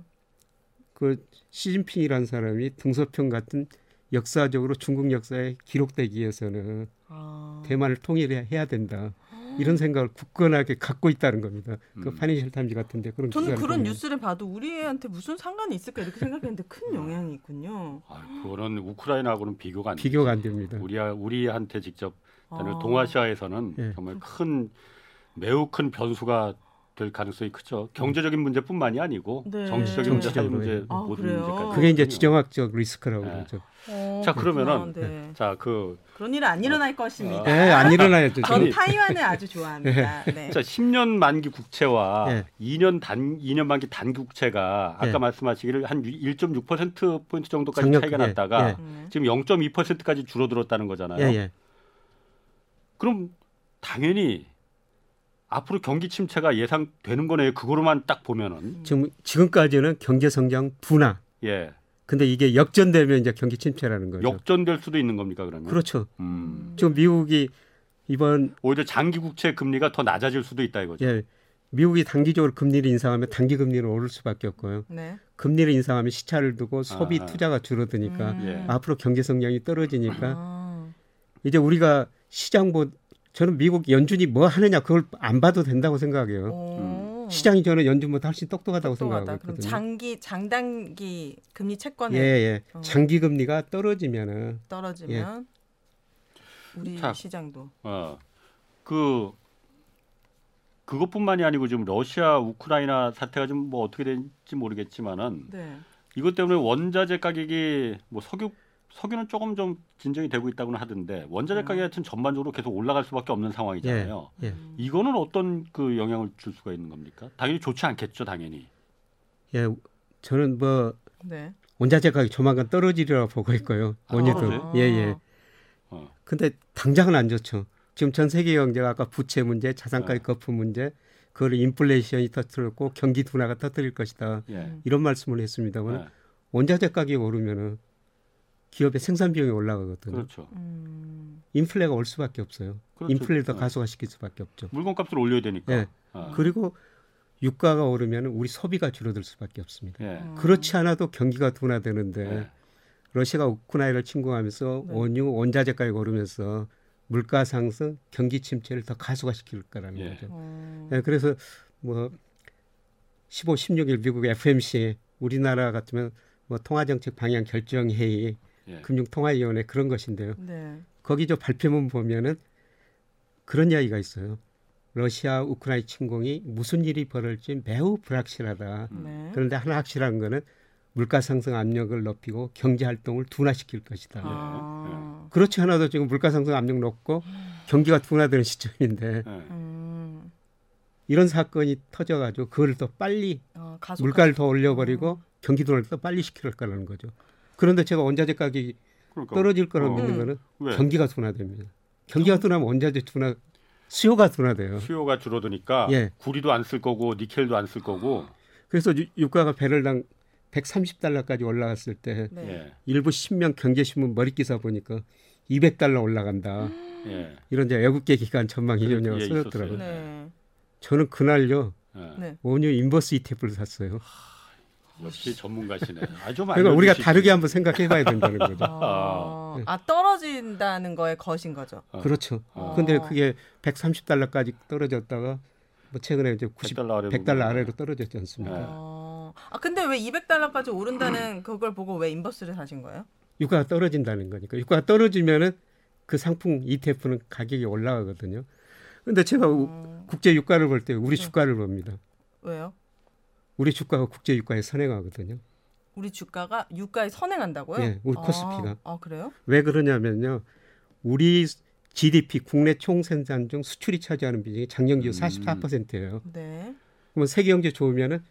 C: 그 시진핑이라는 사람이 등서평 같은 역사적으로 중국 역사에 기록되기 위해서는
D: 아.
C: 대만을 통일해야 된다. 이런 생각을 굳건하게 갖고 있다는 겁니다. 그
B: 음.
C: 파이낸셜 타임즈 같은 데 그런
D: 저는
C: 기사를
D: 그런
C: 보면
D: 뉴스를 봐도 우리한테 무슨 상관이 있을까 이렇게 생각했는데
C: 음.
D: 큰 영향이 있군요.
B: 아, 그거는 우크라이나하고는 비교가 안
C: 비교가 안 됩니다.
B: 돼요. 우리 우리한테 직접
D: 아.
B: 저는 동아시아에서는
C: 예.
B: 정말 큰 매우 큰 변수가 될 가능성이 크죠. 경제적인 문제뿐만이 아니고
D: 네.
B: 정치적인 문제, 사회
C: 정치적으로, 예.
B: 문제
D: 아,
B: 모든
D: 그래요?
B: 문제까지.
C: 그게 이제
B: 있거든요.
C: 지정학적 리스크라고
B: 네.
C: 그러죠.
D: 어,
B: 자,
D: 그렇구나.
B: 그러면은-
D: 네.
B: 자, 그
D: 그런 일은 안 일어날 것입니다.
C: 예, 안 일어나야죠.
D: 전
B: 아니.
D: 타이완을 아주 좋아합니다. 네.
B: 자, 10년 만기 국채와
C: 예.
B: 2년 단 2년 만기 단기 국채가 아까
C: 예.
B: 말씀하시기를 한 1.6% 포인트 정도까지
C: 작년
B: 차이가
C: 크게,
B: 났다가
C: 예.
D: 음.
B: 지금 0.2%까지 줄어들었다는 거잖아요.
C: 예, 예.
B: 그럼 당연히 앞으로 경기 침체가 예상되는 거네요. 그거로만 딱 보면은
C: 지금 지금까지는 경제 성장 둔화.
B: 예
C: 근데 이게 역전되면 이제 경기 침체라는 거죠.
B: 역전될 수도 있는 겁니까 그러면?
C: 그렇죠.
B: 음.
C: 지금 미국이 이번
B: 오히려 장기 국채 금리가 더 낮아질 수도 있다 이거죠.
C: 예, 미국이 단기적으로 금리를 인상하면 단기 금리는 오를 수밖에 없고요.
D: 네.
C: 금리를 인상하면 시차를 두고 소비
B: 아.
C: 투자가 줄어드니까
D: 음.
B: 예.
C: 앞으로 경제 성장이 떨어지니까
D: 아.
C: 이제 우리가 시장 보 저는 미국 연준이 뭐 하느냐 그걸 안 봐도 된다고 생각해요.
B: 음.
D: 오.
C: 시장이 저는 연준보다 훨씬 똑똑하다고
D: 똑똑하다.
C: 생각하고
D: 그럼
C: 있거든요.
D: 장기 장단기 금리 채권에
C: 예, 예.
D: 어.
C: 장기 금리가 떨어지면은
D: 떨어지면
C: 예.
D: 우리
B: 자.
D: 시장도
B: 어. 그 그것뿐만이 아니고 지금 러시아 우크라이나 사태가 좀 뭐 어떻게 될지 모르겠지만은
D: 네.
B: 이것 때문에 원자재 가격이 뭐 석유 석유는 조금 좀 진정이 되고 있다고는 하던데 원자재
D: 음.
B: 가격이 하여튼 전반적으로 계속 올라갈 수밖에 없는 상황이잖아요.
C: 예.
D: 음.
B: 이거는 어떤 그 영향을 줄 수가 있는 겁니까? 당연히 좋지 않겠죠, 당연히.
C: 예. 저는 뭐
D: 네.
C: 원자재 가격 조만간 떨어지리라고 보고 있고요.
B: 아,
C: 원유도.
B: 떨어져요?
C: 예, 예.
B: 어.
C: 근데 당장은 안 좋죠. 지금 전 세계 경제가 아까 부채 문제, 자산
B: 네.
C: 가격 거품 문제, 그걸 인플레이션이 터뜨렸고 경기 둔화가 터뜨릴 것이다.
B: 예.
D: 음.
C: 이런 말씀을 했습니다만
B: 예,
C: 원자재 가격이 오르면은 기업의 생산 비용이 올라가거든요.
B: 그렇죠.
D: 음.
C: 인플레가 올 수밖에 없어요.
B: 그렇죠.
C: 인플레를 더
B: 예.
C: 가속화시킬 수밖에 없죠.
B: 물건값을 올려야 되니까.
C: 예.
B: 아,
C: 그리고 유가가 오르면 우리 소비가 줄어들 수밖에 없습니다.
B: 예.
C: 그렇지 않아도 경기가 둔화되는데
B: 예.
C: 러시아가 우크라이나를 침공하면서
D: 네.
C: 원유 원자재 가격 오르면서 물가 상승, 경기 침체를 더 가속화시킬 거라는
B: 예.
C: 거죠.
D: 어.
C: 예, 그래서 뭐 15, 16일 미국 FMC 우리나라 같으면 뭐 통화정책 방향 결정 회의,
B: 예.
C: 금융통화위원회 그런 것인데요.
B: 음.
D: 네.
C: 거기 저 발표문 보면은 그런 이야기가 있어요. 러시아 우크라이나 침공이 무슨 일이 벌어질지 매우 불확실하다.
B: 음.
D: 네.
C: 그런데 하나 확실한 거는 물가 상승 압력을 높이고 경제 활동을 둔화시킬 것이다.
D: 아.
C: 그렇지 않아도 지금 물가 상승 압력 높고 경기가 둔화되는 시점인데
B: 예.
D: 음.
C: 이런 사건이 터져가지고 그걸 더 빨리
D: 아, 음. 가속.
C: 물가를 더 올려버리고 경기 둔화를 더 빨리 시킬 거라는 거죠. 그런데 제가 원자재 가격이
B: 그러니까
C: 떨어질 거라고
B: 어.
C: 믿는 거는
B: 왜?
C: 경기가 둔화됩니다. 경기가 둔화하면 원자재 둔화, 수요가 둔화돼요.
B: 수요가 줄어드니까
C: 예.
B: 구리도 안 쓸 거고 니켈도 안 쓸 거고
C: 그래서 유- 유가가 배럴당 130달러까지 올라갔을 때
D: 네.
B: 예.
C: 일부 신명 경제신문 머릿기사 보니까 200달러 올라간다.
B: 예.
C: 이런 이제 애국계 기관 전망 이론이라고
B: 예,
C: 써졌더라고요.
B: 있었어요.
D: 네.
C: 저는 그날요
B: 예.
D: 네.
C: 원유 인버스 ETF를 샀어요.
B: 아, 역시 전문가시네. 아, 좀
C: 그러니까 우리가
B: 알려주시지.
C: 다르게 한번 생각해봐야 된다는 거죠.
D: 아, 아 떨어진다는 거에 거신 거죠.
B: 어.
C: 그렇죠.
B: 어.
C: 근데 그게 130달러까지 떨어졌다가 뭐 최근에 이제 90,
B: 100달러 아래로
C: 100달러 아래로 떨어졌지 않습니까?
B: 네.
D: 어. 아 근데 왜 200달러까지 오른다는 그걸 보고 왜 인버스를 사신 거예요?
C: 유가가 떨어진다는 거니까 유가가 떨어지면은 그 상품 ETF는 가격이 올라가거든요. 근데 제가 우- 국제 유가를 볼 때
B: 네.
C: 우리 주가를 봅니다.
D: 음. 왜요?
C: 우리 주가가 국제 유가에 선행하거든요.
D: 우리 주가가 유가에 선행한다고요?
C: 예, 우리 코스피가.
D: 아, 아 그래요?
C: 왜 그러냐면요. 우리 GDP 국내 총생산 중 수출이 차지하는 비중이 작년 기준
B: 음.
C: 44%예요.
D: 네.
C: 그러면 세계 경제 좋으면은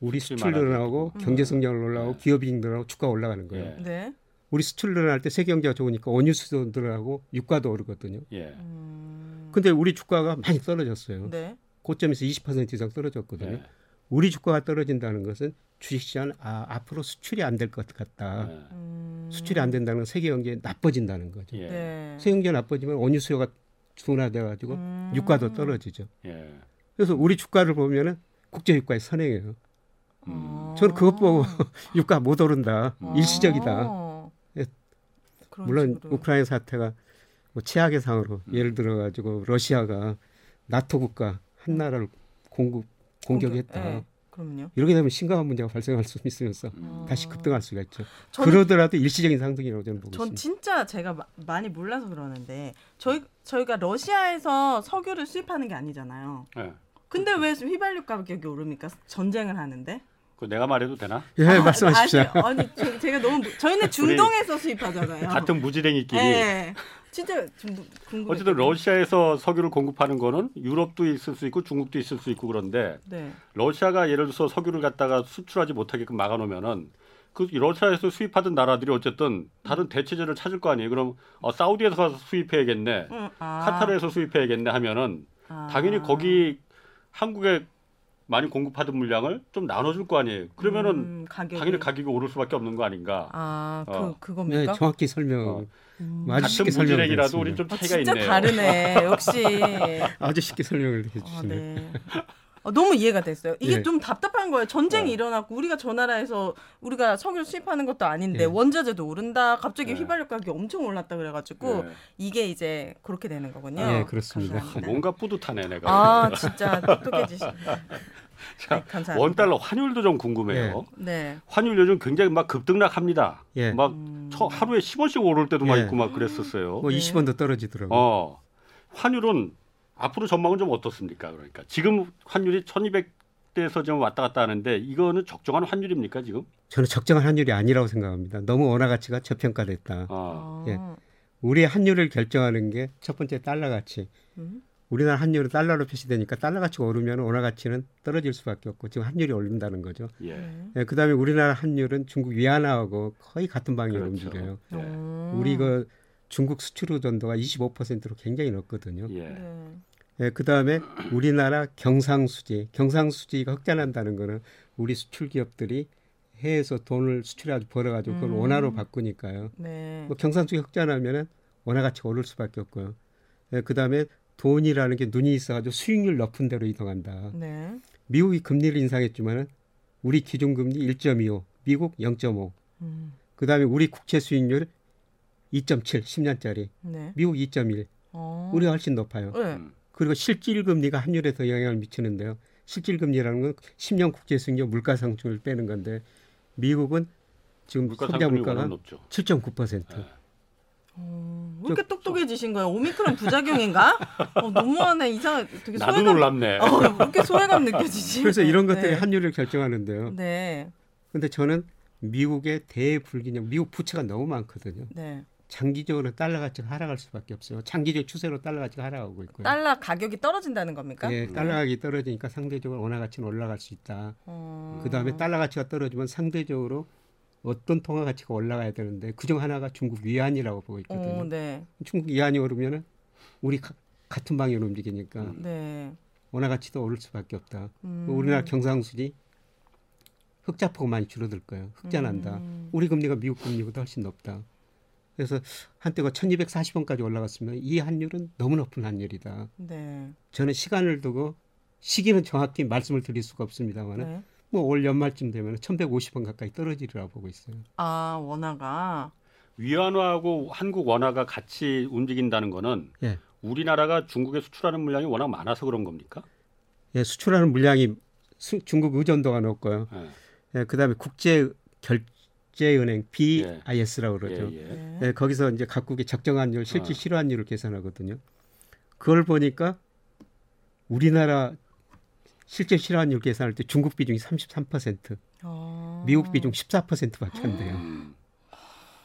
C: 우리
B: 수출 음. 네.
C: 수출 늘어나고
B: 많아지겠구나.
C: 경제 성장 올라가고 기업 이익 늘어나고 주가 올라가는 거예요.
B: 예.
D: 네.
C: 우리 수출 늘어날 때 세계 경제가 좋으니까 원유 수도 늘어나고 유가도 오르거든요.
B: 예.
D: 음.
C: 근데 우리 주가가 많이 떨어졌어요.
D: 네.
C: 고점에서 20% 이상 떨어졌거든요.
B: 예.
C: 우리 주가가 떨어진다는 것은 주식시장 아, 앞으로 수출이 안 될 것 같다.
B: 네.
D: 음.
C: 수출이 안 된다는 건 세계 경제 나빠진다는 거죠.
B: 예. 예.
D: 네.
C: 세계 경제 나빠지면 원유 수요가 둔화돼 가지고
D: 음.
C: 유가도 떨어지죠.
B: 예.
C: 그래서 우리 주가를 보면은 국제 유가에 선행해요.
D: 음.
C: 저는 그것 보고 유가 못 오른다.
D: 아.
C: 일시적이다.
D: 아.
C: 예.
D: 그런
C: 물론
D: 식으로.
C: 우크라이나 사태가 뭐 최악의 상황으로
D: 음.
C: 예를 들어 가지고 러시아가 나토 국가 한 나라를 공급 공격했다.
D: 음. 예, 그럼요.
C: 이렇게 되면 심각한 문제가 발생할 수 있으면서
B: 음.
C: 다시 급등할 수가 있죠.
D: 저는-
C: 그러더라도 일시적인 상승이라고 저는 보고
D: 전
C: 있습니다.
D: 진짜 제가 마- 많이 몰라서 그러는데 저희 저희가 러시아에서 석유를 수입하는 게 아니잖아요.
B: 예.
D: 근데 왜
C: 그렇죠.
D: 휘발유 가격이 오릅니까? 전쟁을 하는데?
B: 그 내가 말해도 되나?
C: 예, 말씀하십시오.
D: 아니, 아니 저, 제가 너무 무- 저희는 중동에서 수입하잖아요.
B: 같은 무지랭이끼리
D: 예. 진짜 좀 궁금해.
B: 어쨌든 러시아에서 석유를 공급하는 거는 유럽도 있을 수 있고 중국도 있을 수 있고 그런데
D: 네.
B: 러시아가 예를 들어서 석유를 갖다가 수출하지 못하게끔 막아놓으면은 그 러시아에서 수입하던 나라들이 어쨌든 다른 대체제를 찾을 거 아니에요. 그럼 어, 사우디에서 가서 수입해야겠네,
D: 음, 아,
B: 카타르에서 수입해야겠네 하면은
D: 아.
B: 당연히 거기 한국에 많이 공급하던 물량을 좀 나눠줄 거 아니에요. 그러면은
D: 음, 가격이.
B: 당연히 가격이 오를 수밖에 없는 거 아닌가.
D: 아, 그
B: 어.
D: 그겁니까?
C: 네, 정확히 설명.
B: 어.
D: 음.
C: 아주
B: 같은
C: 쉽게 설명을
B: 무지랭이라도 우리
C: 드렸습니다.
B: 좀
D: 아,
B: 차이가
D: 진짜
B: 있네요.
D: 다르네. 역시.
C: 아주 쉽게 설명을
D: 아,
C: 해주시네요.
D: 네. 어, 너무 이해가 됐어요. 이게
C: 예. 네.
D: 좀 답답한 거예요. 전쟁이
B: 어.
D: 일어났고 우리가 저 나라에서 우리가 석유 수입하는 것도 아닌데
C: 예.
D: 원자재도 오른다. 갑자기
B: 예.
D: 휘발유 가격이 엄청 올랐다 그래가지고
B: 예.
D: 이게 이제 그렇게 되는 거군요.
C: 예, 그렇습니다.
B: 아,
D: 감사합니다.
B: 뭔가 뿌듯하네 내가.
D: 아 진짜 똑똑해지시.
B: 자,
D: 네, 감사합니다.
B: 원 달러 환율도 좀 궁금해요.
D: 네.
B: 환율 요즘 굉장히 막 급등락합니다.
C: 예.
B: 막
D: 음.
B: 처- 하루에 10원씩 오를 때도 막
C: 예.
B: 있고 막 그랬었어요.
C: 뭐
D: 네.
C: 20원도 떨어지더라고요.
B: 어. 환율은 앞으로 전망은 좀 어떻습니까? 그러니까 지금 환율이 1200대에서 좀 왔다 갔다 하는데 이거는 적정한 환율입니까, 지금?
C: 저는 적정한 환율이 아니라고 생각합니다. 너무 원화 가치가 저평가됐다.
B: 어.
D: 아,
C: 예. 우리의 환율을 결정하는 게 첫 번째 달러 가치.
D: 음.
C: 우리나라 환율은 달러로 표시되니까 달러 가치가 오르면 원화 가치는 떨어질 수밖에 없고 지금 환율이 오른다는 거죠.
B: 예.
D: 네.
C: 예, 그다음에 우리나라 환율은 중국 위안화하고 거의 같은 방향으로
B: 그렇죠.
C: 움직여요.
B: 예.
D: 음.
C: 우리 그 중국 수출 의존도가 25%로 굉장히 높거든요.
B: 예.
D: 네.
C: 예, 그다음에 우리나라 경상수지, 경상수지가 흑자난다는 거는 우리 수출 기업들이 해외에서 돈을 수출해가지고 벌어가지고 그걸
D: 음.
C: 원화로 바꾸니까요.
D: 네.
C: 뭐 경상수지 흑자나면은 원화 가치가 오를 수밖에 없고요. 예, 그다음에 돈이라는 게 눈이 있어가지고 수익률 높은 데로 이동한다.
D: 네.
C: 미국이 금리를 인상했지만은 우리 기준금리 1.25, 미국 0.5,
D: 음.
C: 그다음에 우리 국채 수익률 2.7, 10년짜리,
D: 네.
C: 미국 2.1.
D: 어.
C: 우리가 훨씬 높아요.
D: 네.
B: 음.
C: 그리고 실질 금리가 환율에 더 영향을 미치는데요. 실질 금리라는 건 10년 국제 수익률 물가 상승을 빼는 건데 미국은 지금
B: 물가
C: 소비자
B: 상승률이
C: 물가가
B: 워낙 높죠.
C: 7.9%.
B: 네.
D: 어, 왜 이렇게 똑똑해지신 거예요? 오미크론 부작용인가? 어, 너무하네. 이상 되게
B: 나도
D: 소외감.
B: 놀랍네.
D: 어, 왜 이렇게 소외감 느껴지지?
C: 그래서 이런 것들이
D: 네.
C: 환율을 결정하는데요.
D: 네.
C: 근데 저는 미국의 대불균형, 미국 부채가 너무 많거든요.
D: 네.
C: 장기적으로 달러 가치가 하락할 수밖에 없어요. 장기적 추세로 달러 가치가 하락하고 있고요.
D: 달러 가격이 떨어진다는 겁니까?
C: 네. 예, 달러 가격이 떨어지니까 상대적으로 원화 가치는 올라갈 수 있다.
D: 어.
C: 그 다음에 달러 가치가 떨어지면 상대적으로 어떤 통화 가치가 올라가야 되는데 그중 하나가 중국 위안이라고 보고 있거든요.
D: 어, 네.
C: 중국 위안이 오르면은 우리 가- 같은 방향으로 움직이니까
D: 네.
C: 원화 가치도 오를 수밖에 없다. 그
D: 음.
C: 우리나라 경상수지 흑자폭 많이 줄어들 거예요. 흑자 난다.
D: 음.
C: 우리 금리가 미국 금리보다 훨씬 높다. 그래서 한때가 1240원까지 올라갔으면 이 환율은 너무 높은 환율이다.
D: 네.
C: 저는 시간을 두고 시기는 정확히 말씀을 드릴 수가 없습니다만 은
D: 네.
C: 뭐 올 연말쯤 되면 1150원 가까이 떨어지리라 보고 있어요.
D: 아, 원화가
B: 위안화하고 한국 원화가 같이 움직인다는 거는
C: 예.
B: 우리나라가 중국에 수출하는 물량이 워낙 많아서 그런 겁니까?
C: 예, 수출하는 물량이 수- 중국 의존도가 높고요.
B: 예.
C: 예, 그다음에 국제 결제 은행 BIS라고 그러죠.
B: 예, 예.
D: 네.
C: 예, 거기서 이제 각국의 적정한율, 실질
B: 아.
C: 실환율을 계산하거든요. 그걸 보니까 우리나라 실질 실환율 계산할 때 중국 비중이 33%,
D: 어.
C: 미국 비중 14%밖에 안 돼요.
B: 음,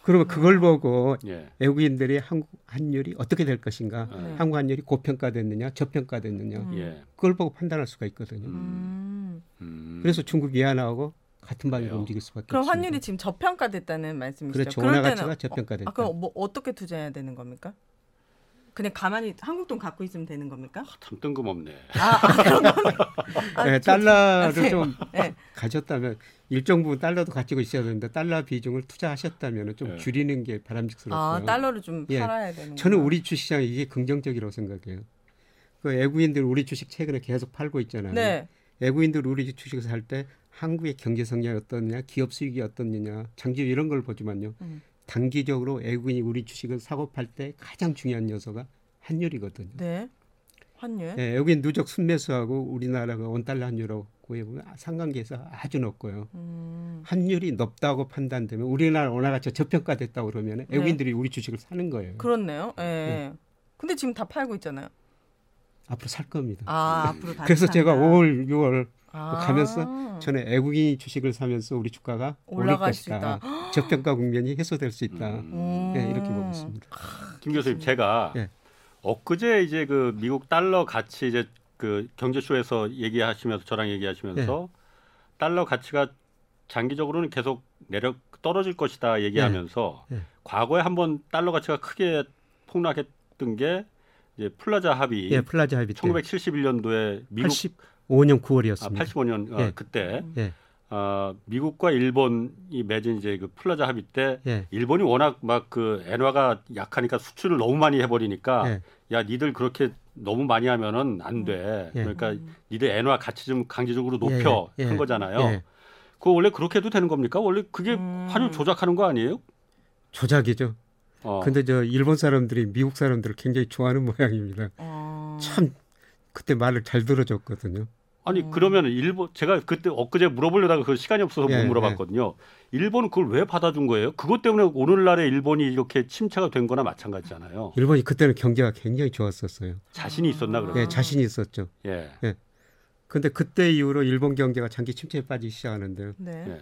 C: 그러면 그걸 보고
B: 예.
C: 외국인들이 한국 환율이 어떻게 될 것인가,
B: 아.
D: 네.
C: 한국 환율이 고평가됐느냐, 저평가됐느냐,
D: 음.
B: 예.
C: 그걸 보고 판단할 수가 있거든요.
D: 음.
B: 음.
C: 그래서 중국 위안화하고 같은 방향으로
B: 그래요?
C: 움직일 수밖에
D: 그럼
C: 없습니다.
D: 환율이 지금 저평가됐다는 말씀이시죠?
C: 그렇죠.
D: 그럴
C: 원화
D: 때는
C: 가치가
D: 어,
C: 저평가됐다.
D: 아, 그럼 뭐 어떻게 투자해야 되는 겁니까? 그냥 가만히 한국 돈 갖고 있으면 되는 겁니까?
B: 참 뜬금없네.
D: 아, 아 그런 거는 아,
C: 예,
D: 저-
C: 달러를
D: 아,
C: 좀
D: 네.
C: 가졌다면 일정 부분 달러도 가지고 있어야 되는데 달러 비중을 투자하셨다면 좀
B: 예.
C: 줄이는 게 바람직스럽고요.
D: 네. 아, 달러를 좀
C: 예.
D: 팔아야 되는
C: 저는 우리 주식시장이 이게 긍정적이라고 생각해요. 그 외국인들 우리 주식 최근에 계속 팔고 있잖아요.
D: 네.
C: 외국인들 우리 주식을 살 때 한국의 경제 성장이 어떻냐, 기업 수익이 어떻느냐, 장기 이런 걸 보지만요.
D: 음.
C: 단기적으로 외국인이 우리 주식을 사고 팔 때 가장 중요한 요소가 환율이거든요.
D: 네. 환율.
C: 예, 외국인 누적 순매수하고 우리나라가 원달러 환율하고 보면 상관계에서 아주 높고요.
D: 음.
C: 환율이 높다고 판단되면 우리나라 원화 가치가 저평가됐다 고 그러면 외국인들이 우리 주식을 사는 거예요.
D: 네. 그렇네요. 예. 근데 지금 다 팔고 있잖아요.
C: 네. 앞으로 살 겁니다.
D: 아, 앞으로 다
C: 그래서
D: 산다.
C: 제가 5월, 6월
D: 아.
C: 가면서 전에 외국인이 주식을 사면서 우리 주가가 오를
D: 올라갈 수
C: 것이다. 저평가 국면이 해소될 수 있다.
B: 음.
D: 음.
C: 예, 이렇게 보고 있습니다.
B: 김 교수님 제가
C: 예.
B: 엊그제 이제 그 미국 달러 가치 이제 그 경제쇼에서 얘기하시면서 저랑 얘기하시면서
C: 예.
B: 달러 가치가 장기적으로는 계속 내려 떨어질 것이다 얘기하면서
C: 예. 예.
B: 과거에 한번 달러 가치가 크게 폭락했던 게 이제 플라자 합의
C: 예, 플라자 합의 때
B: 1971년도에 미국 아,
C: 85년 9월이었습니다.
B: 85년 어,
C: 예.
B: 그때
C: 예,
B: 아, 미국과 일본이 맺은 이제 그 플라자 합의 때
C: 예,
B: 일본이 워낙 막 그 엔화가 약하니까 수출을 너무 많이 해버리니까
C: 예.
B: 야 니들 그렇게 너무 많이 하면은 안 돼.
C: 예.
B: 그러니까
D: 음.
B: 니들 엔화 가치 좀 강제적으로
C: 예,
B: 높여
C: 예, 예.
B: 한 거잖아요.
C: 예.
B: 그거 원래 그렇게 해도 되는 겁니까? 원래 그게
D: 음.
B: 환율 조작하는 거 아니에요?
C: 조작이죠.
B: 어.
C: 근데 저 일본 사람들이 미국 사람들을 굉장히 좋아하는 모양입니다.
D: 어.
C: 참 그때 말을 잘 들어줬거든요.
B: 아니
D: 음.
B: 그러면 일본 제가 그때 엊그제 물어보려다가 그 시간이 없어서
C: 예,
B: 못 물어봤거든요. 일본은 그걸 왜 받아준 거예요? 그것 때문에 오늘날에 일본이 이렇게 침체가 된 거나 마찬가지잖아요.
C: 일본이 그때는 경제가 굉장히 좋았었어요.
B: 자신이
D: 음.
B: 있었나
C: 예,
B: 그러면.
C: 자신이 있었죠.
B: 예.
C: 근데 그때 이후로 일본 경제가 장기 침체에 빠지기 시작하는데요.
D: 네.
B: 예.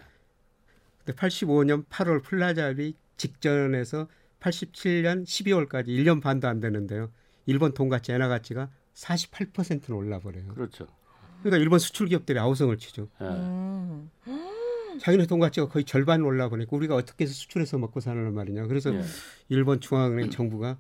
C: 근데 85년 8월 플라자비 직전에서 87년 12월까지 1년 반도 안 되는데요. 일본 돈 가치 엔화 가치가 48%는 올라 버려요.
B: 그렇죠.
C: 그러니까 일본 수출 기업들이 아우성을 치죠.
B: 예.
D: 음.
C: 자기네 돈 가치가 거의 절반 올라 버리니까 우리가 어떻게 해서 수출해서 먹고 사는 말이냐. 그래서
B: 예.
C: 일본 중앙은행 정부가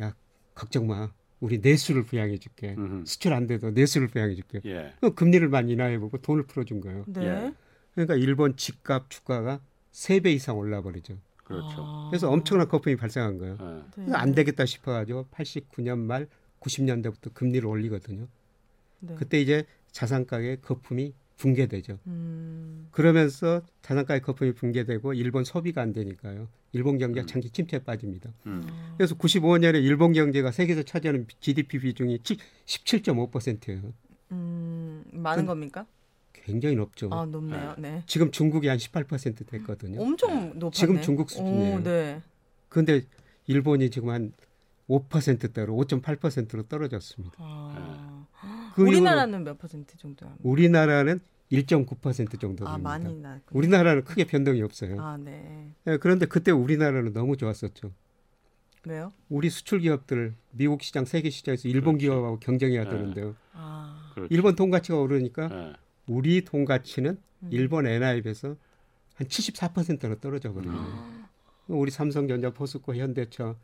C: 야 걱정 마. 우리 내수를 부양해 줄게.
B: 음.
C: 수출 안 돼도 내수를 부양해 줄게.
B: 예.
C: 그 금리를 많이 인하해 보고 돈을 풀어 준 거예요.
D: 네.
B: 예.
C: 그러니까 일본 집값 주가가 세 배 이상 올라 버리죠.
B: 그렇죠.
D: 아.
C: 그래서 엄청난 거품이 발생한 거예요.
B: 예.
D: 네.
C: 그래서 안 되겠다 싶어 가지고 89년 말 90년대부터 금리를 올리거든요.
D: 네.
C: 그때 이제 자산 가격의 거품이 붕괴되죠.
D: 음.
C: 그러면서 자산가의 거품이 붕괴되고 일본 소비가 안 되니까요. 일본
D: 음.
C: 경제가 장기 침체에 빠집니다.
B: 음.
C: 그래서 95년에 일본 경제가 세계에서 차지하는 GDP 비중이 17.5%예요.
D: 음, 많은
C: 그-
D: 겁니까?
C: 굉장히 높죠.
D: 아 음. 높네요. 네.
C: 지금 중국이 한 18% 됐거든요. 예.
D: 엄청 높았네.
C: 지금 중국 수준이에요.
D: 오, 네.
C: 그런데 일본이 지금 한 5%대로 5.8%로 떨어졌습니다.
D: 아.
C: 예. 그
D: 우리나라는 몇 퍼센트 정도 합니까?
C: 이후로 우리나라는 1.9% 정도 됩니다.
D: 아 많이 나.
C: 우리나라는 크게 변동이 없어요.
D: 아 네.
C: 예, 그런데 그때 우리나라는 너무 좋았었죠.
D: 왜요?
C: 우리 수출 기업들 미국 시장, 세계 시장에서 일본
B: 그렇죠.
C: 기업하고 경쟁해야
B: 예.
C: 되는데요.
D: 아.
B: 그렇죠.
C: 일본 돈 가치가 오르니까
B: 예.
C: 우리 돈 가치는
D: 음.
C: 일본 엔화에 비해서 한 74%로 떨어져 버린 거예요.
B: 아.
C: 우리 삼성전자, 포스코, 현대차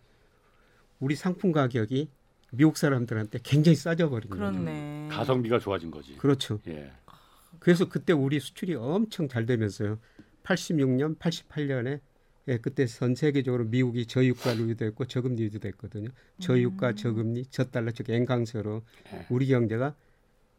C: 우리 상품 가격이 미국 사람들한테 굉장히 싸져 버린 거예요.
D: 그렇네.
B: 가성비가 좋아진 거지.
C: 그렇죠.
B: 예.
C: 그래서 그때 우리 수출이 엄청 잘 되면서요. 86년, 88년에 예, 그때 전 세계적으로 미국이 저유가로 유도했고 저금리로 유도했거든요.
D: 음.
C: 저유가, 저금리, 저달러, 즉 엔강세로
B: 예.
C: 우리 경제가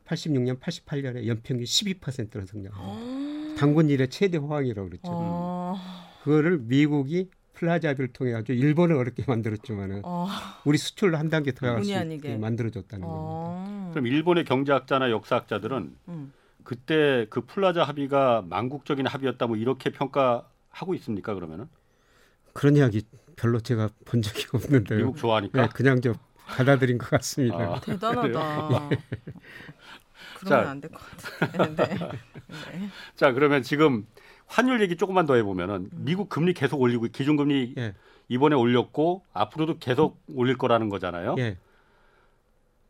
C: 86년, 88년에 연평균 12%로 성장합니다. 당군 일의 최대 호황이라고 그랬죠.
D: 어.
C: 그거를 미국이 플라자비를 통해 가지고 일본을 어렵게 만들었지만은
D: 어.
C: 우리 수출로 한 단계 돌아갈 수
D: 본의
C: 있게
D: 아니게.
C: 만들어줬다는 겁니다.
D: 어.
B: 그럼 일본의 경제학자나 역사학자들은
D: 음.
B: 그때 그 플라자 합의가 망국적인 합의였다 뭐 이렇게 평가하고 있습니까 그러면은
C: 그런 이야기 별로 제가 본 적이 없는데요.
B: 미국 좋아하니까
C: 네, 그냥 좀 받아들인 것 같습니다.
B: 아,
C: 네.
D: 대단하다. 그러면
B: 자.
D: 안 될 것 같은데. 네. 네.
B: 자 그러면 지금 환율 얘기 조금만 더 해보면은 미국 금리 계속 올리고 기준금리
C: 음. 예,
B: 이번에 올렸고 앞으로도 계속 올릴 거라는 거잖아요
C: 예.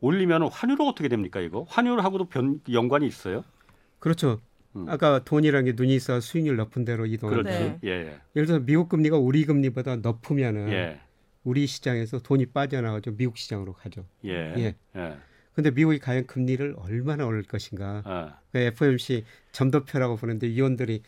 B: 올리면 환율은 어떻게 됩니까 이거 환율하고도 변, 연관이 있어요
C: 그렇죠.
B: 음.
C: 아까 돈이라는 게 눈이 있어 수익률 높은 대로 이동하는
B: 그렇지
C: 데
D: 네.
B: 예,
C: 예를 들어 미국 금리가 우리 금리보다 높으면은
B: 예. 예.
C: 우리 시장에서 돈이 빠져나가죠. 미국 시장으로 가죠.
B: 예.
C: 예.
B: 예.
C: 근데 미국이 과연 금리를 얼마나 올릴 것인가?
B: 아,
C: 그 FOMC 점도표라고 보는데 위원들이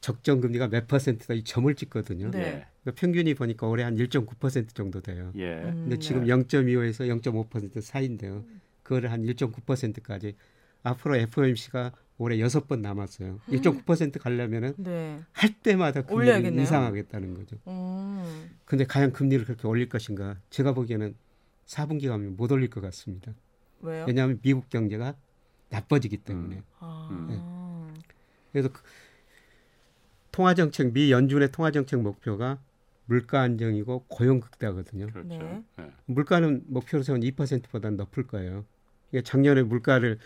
C: 적정 금리가 몇 퍼센트다 이 점을 찍거든요.
D: 네.
C: 그러니까 평균이 보니까 올해 한 1.9% 정도 돼요.
B: 예. 예.
D: 음,
C: 근데
D: 네. 음.
C: 지금 0.25에서 0.5% 사이인데요. 그거를 한 1.9%까지 앞으로 FOMC가 올해 여섯 번 남았어요. 1.9% 가려면은
D: 네.
C: 할 때마다 금리를
D: 음. 올려야겠네요.
C: 인상하겠다는 거죠.
D: 음.
C: 근데 과연 금리를 그렇게 올릴 것인가? 제가 보기에는 4분기 가면 못 올릴 것 같습니다.
D: 왜요?
C: 왜냐하면 미국 경제가 나빠지기 때문에.
D: 아.
C: 예. 그래서 그- 통화 정책 미 연준의 통화 정책 목표가 물가 안정이고 고용 극대화거든요.
B: 그렇죠
D: 네.
B: 예.
C: 물가는 목표로 세운 2%보다 높을 거예요. 이게 작년에 물가를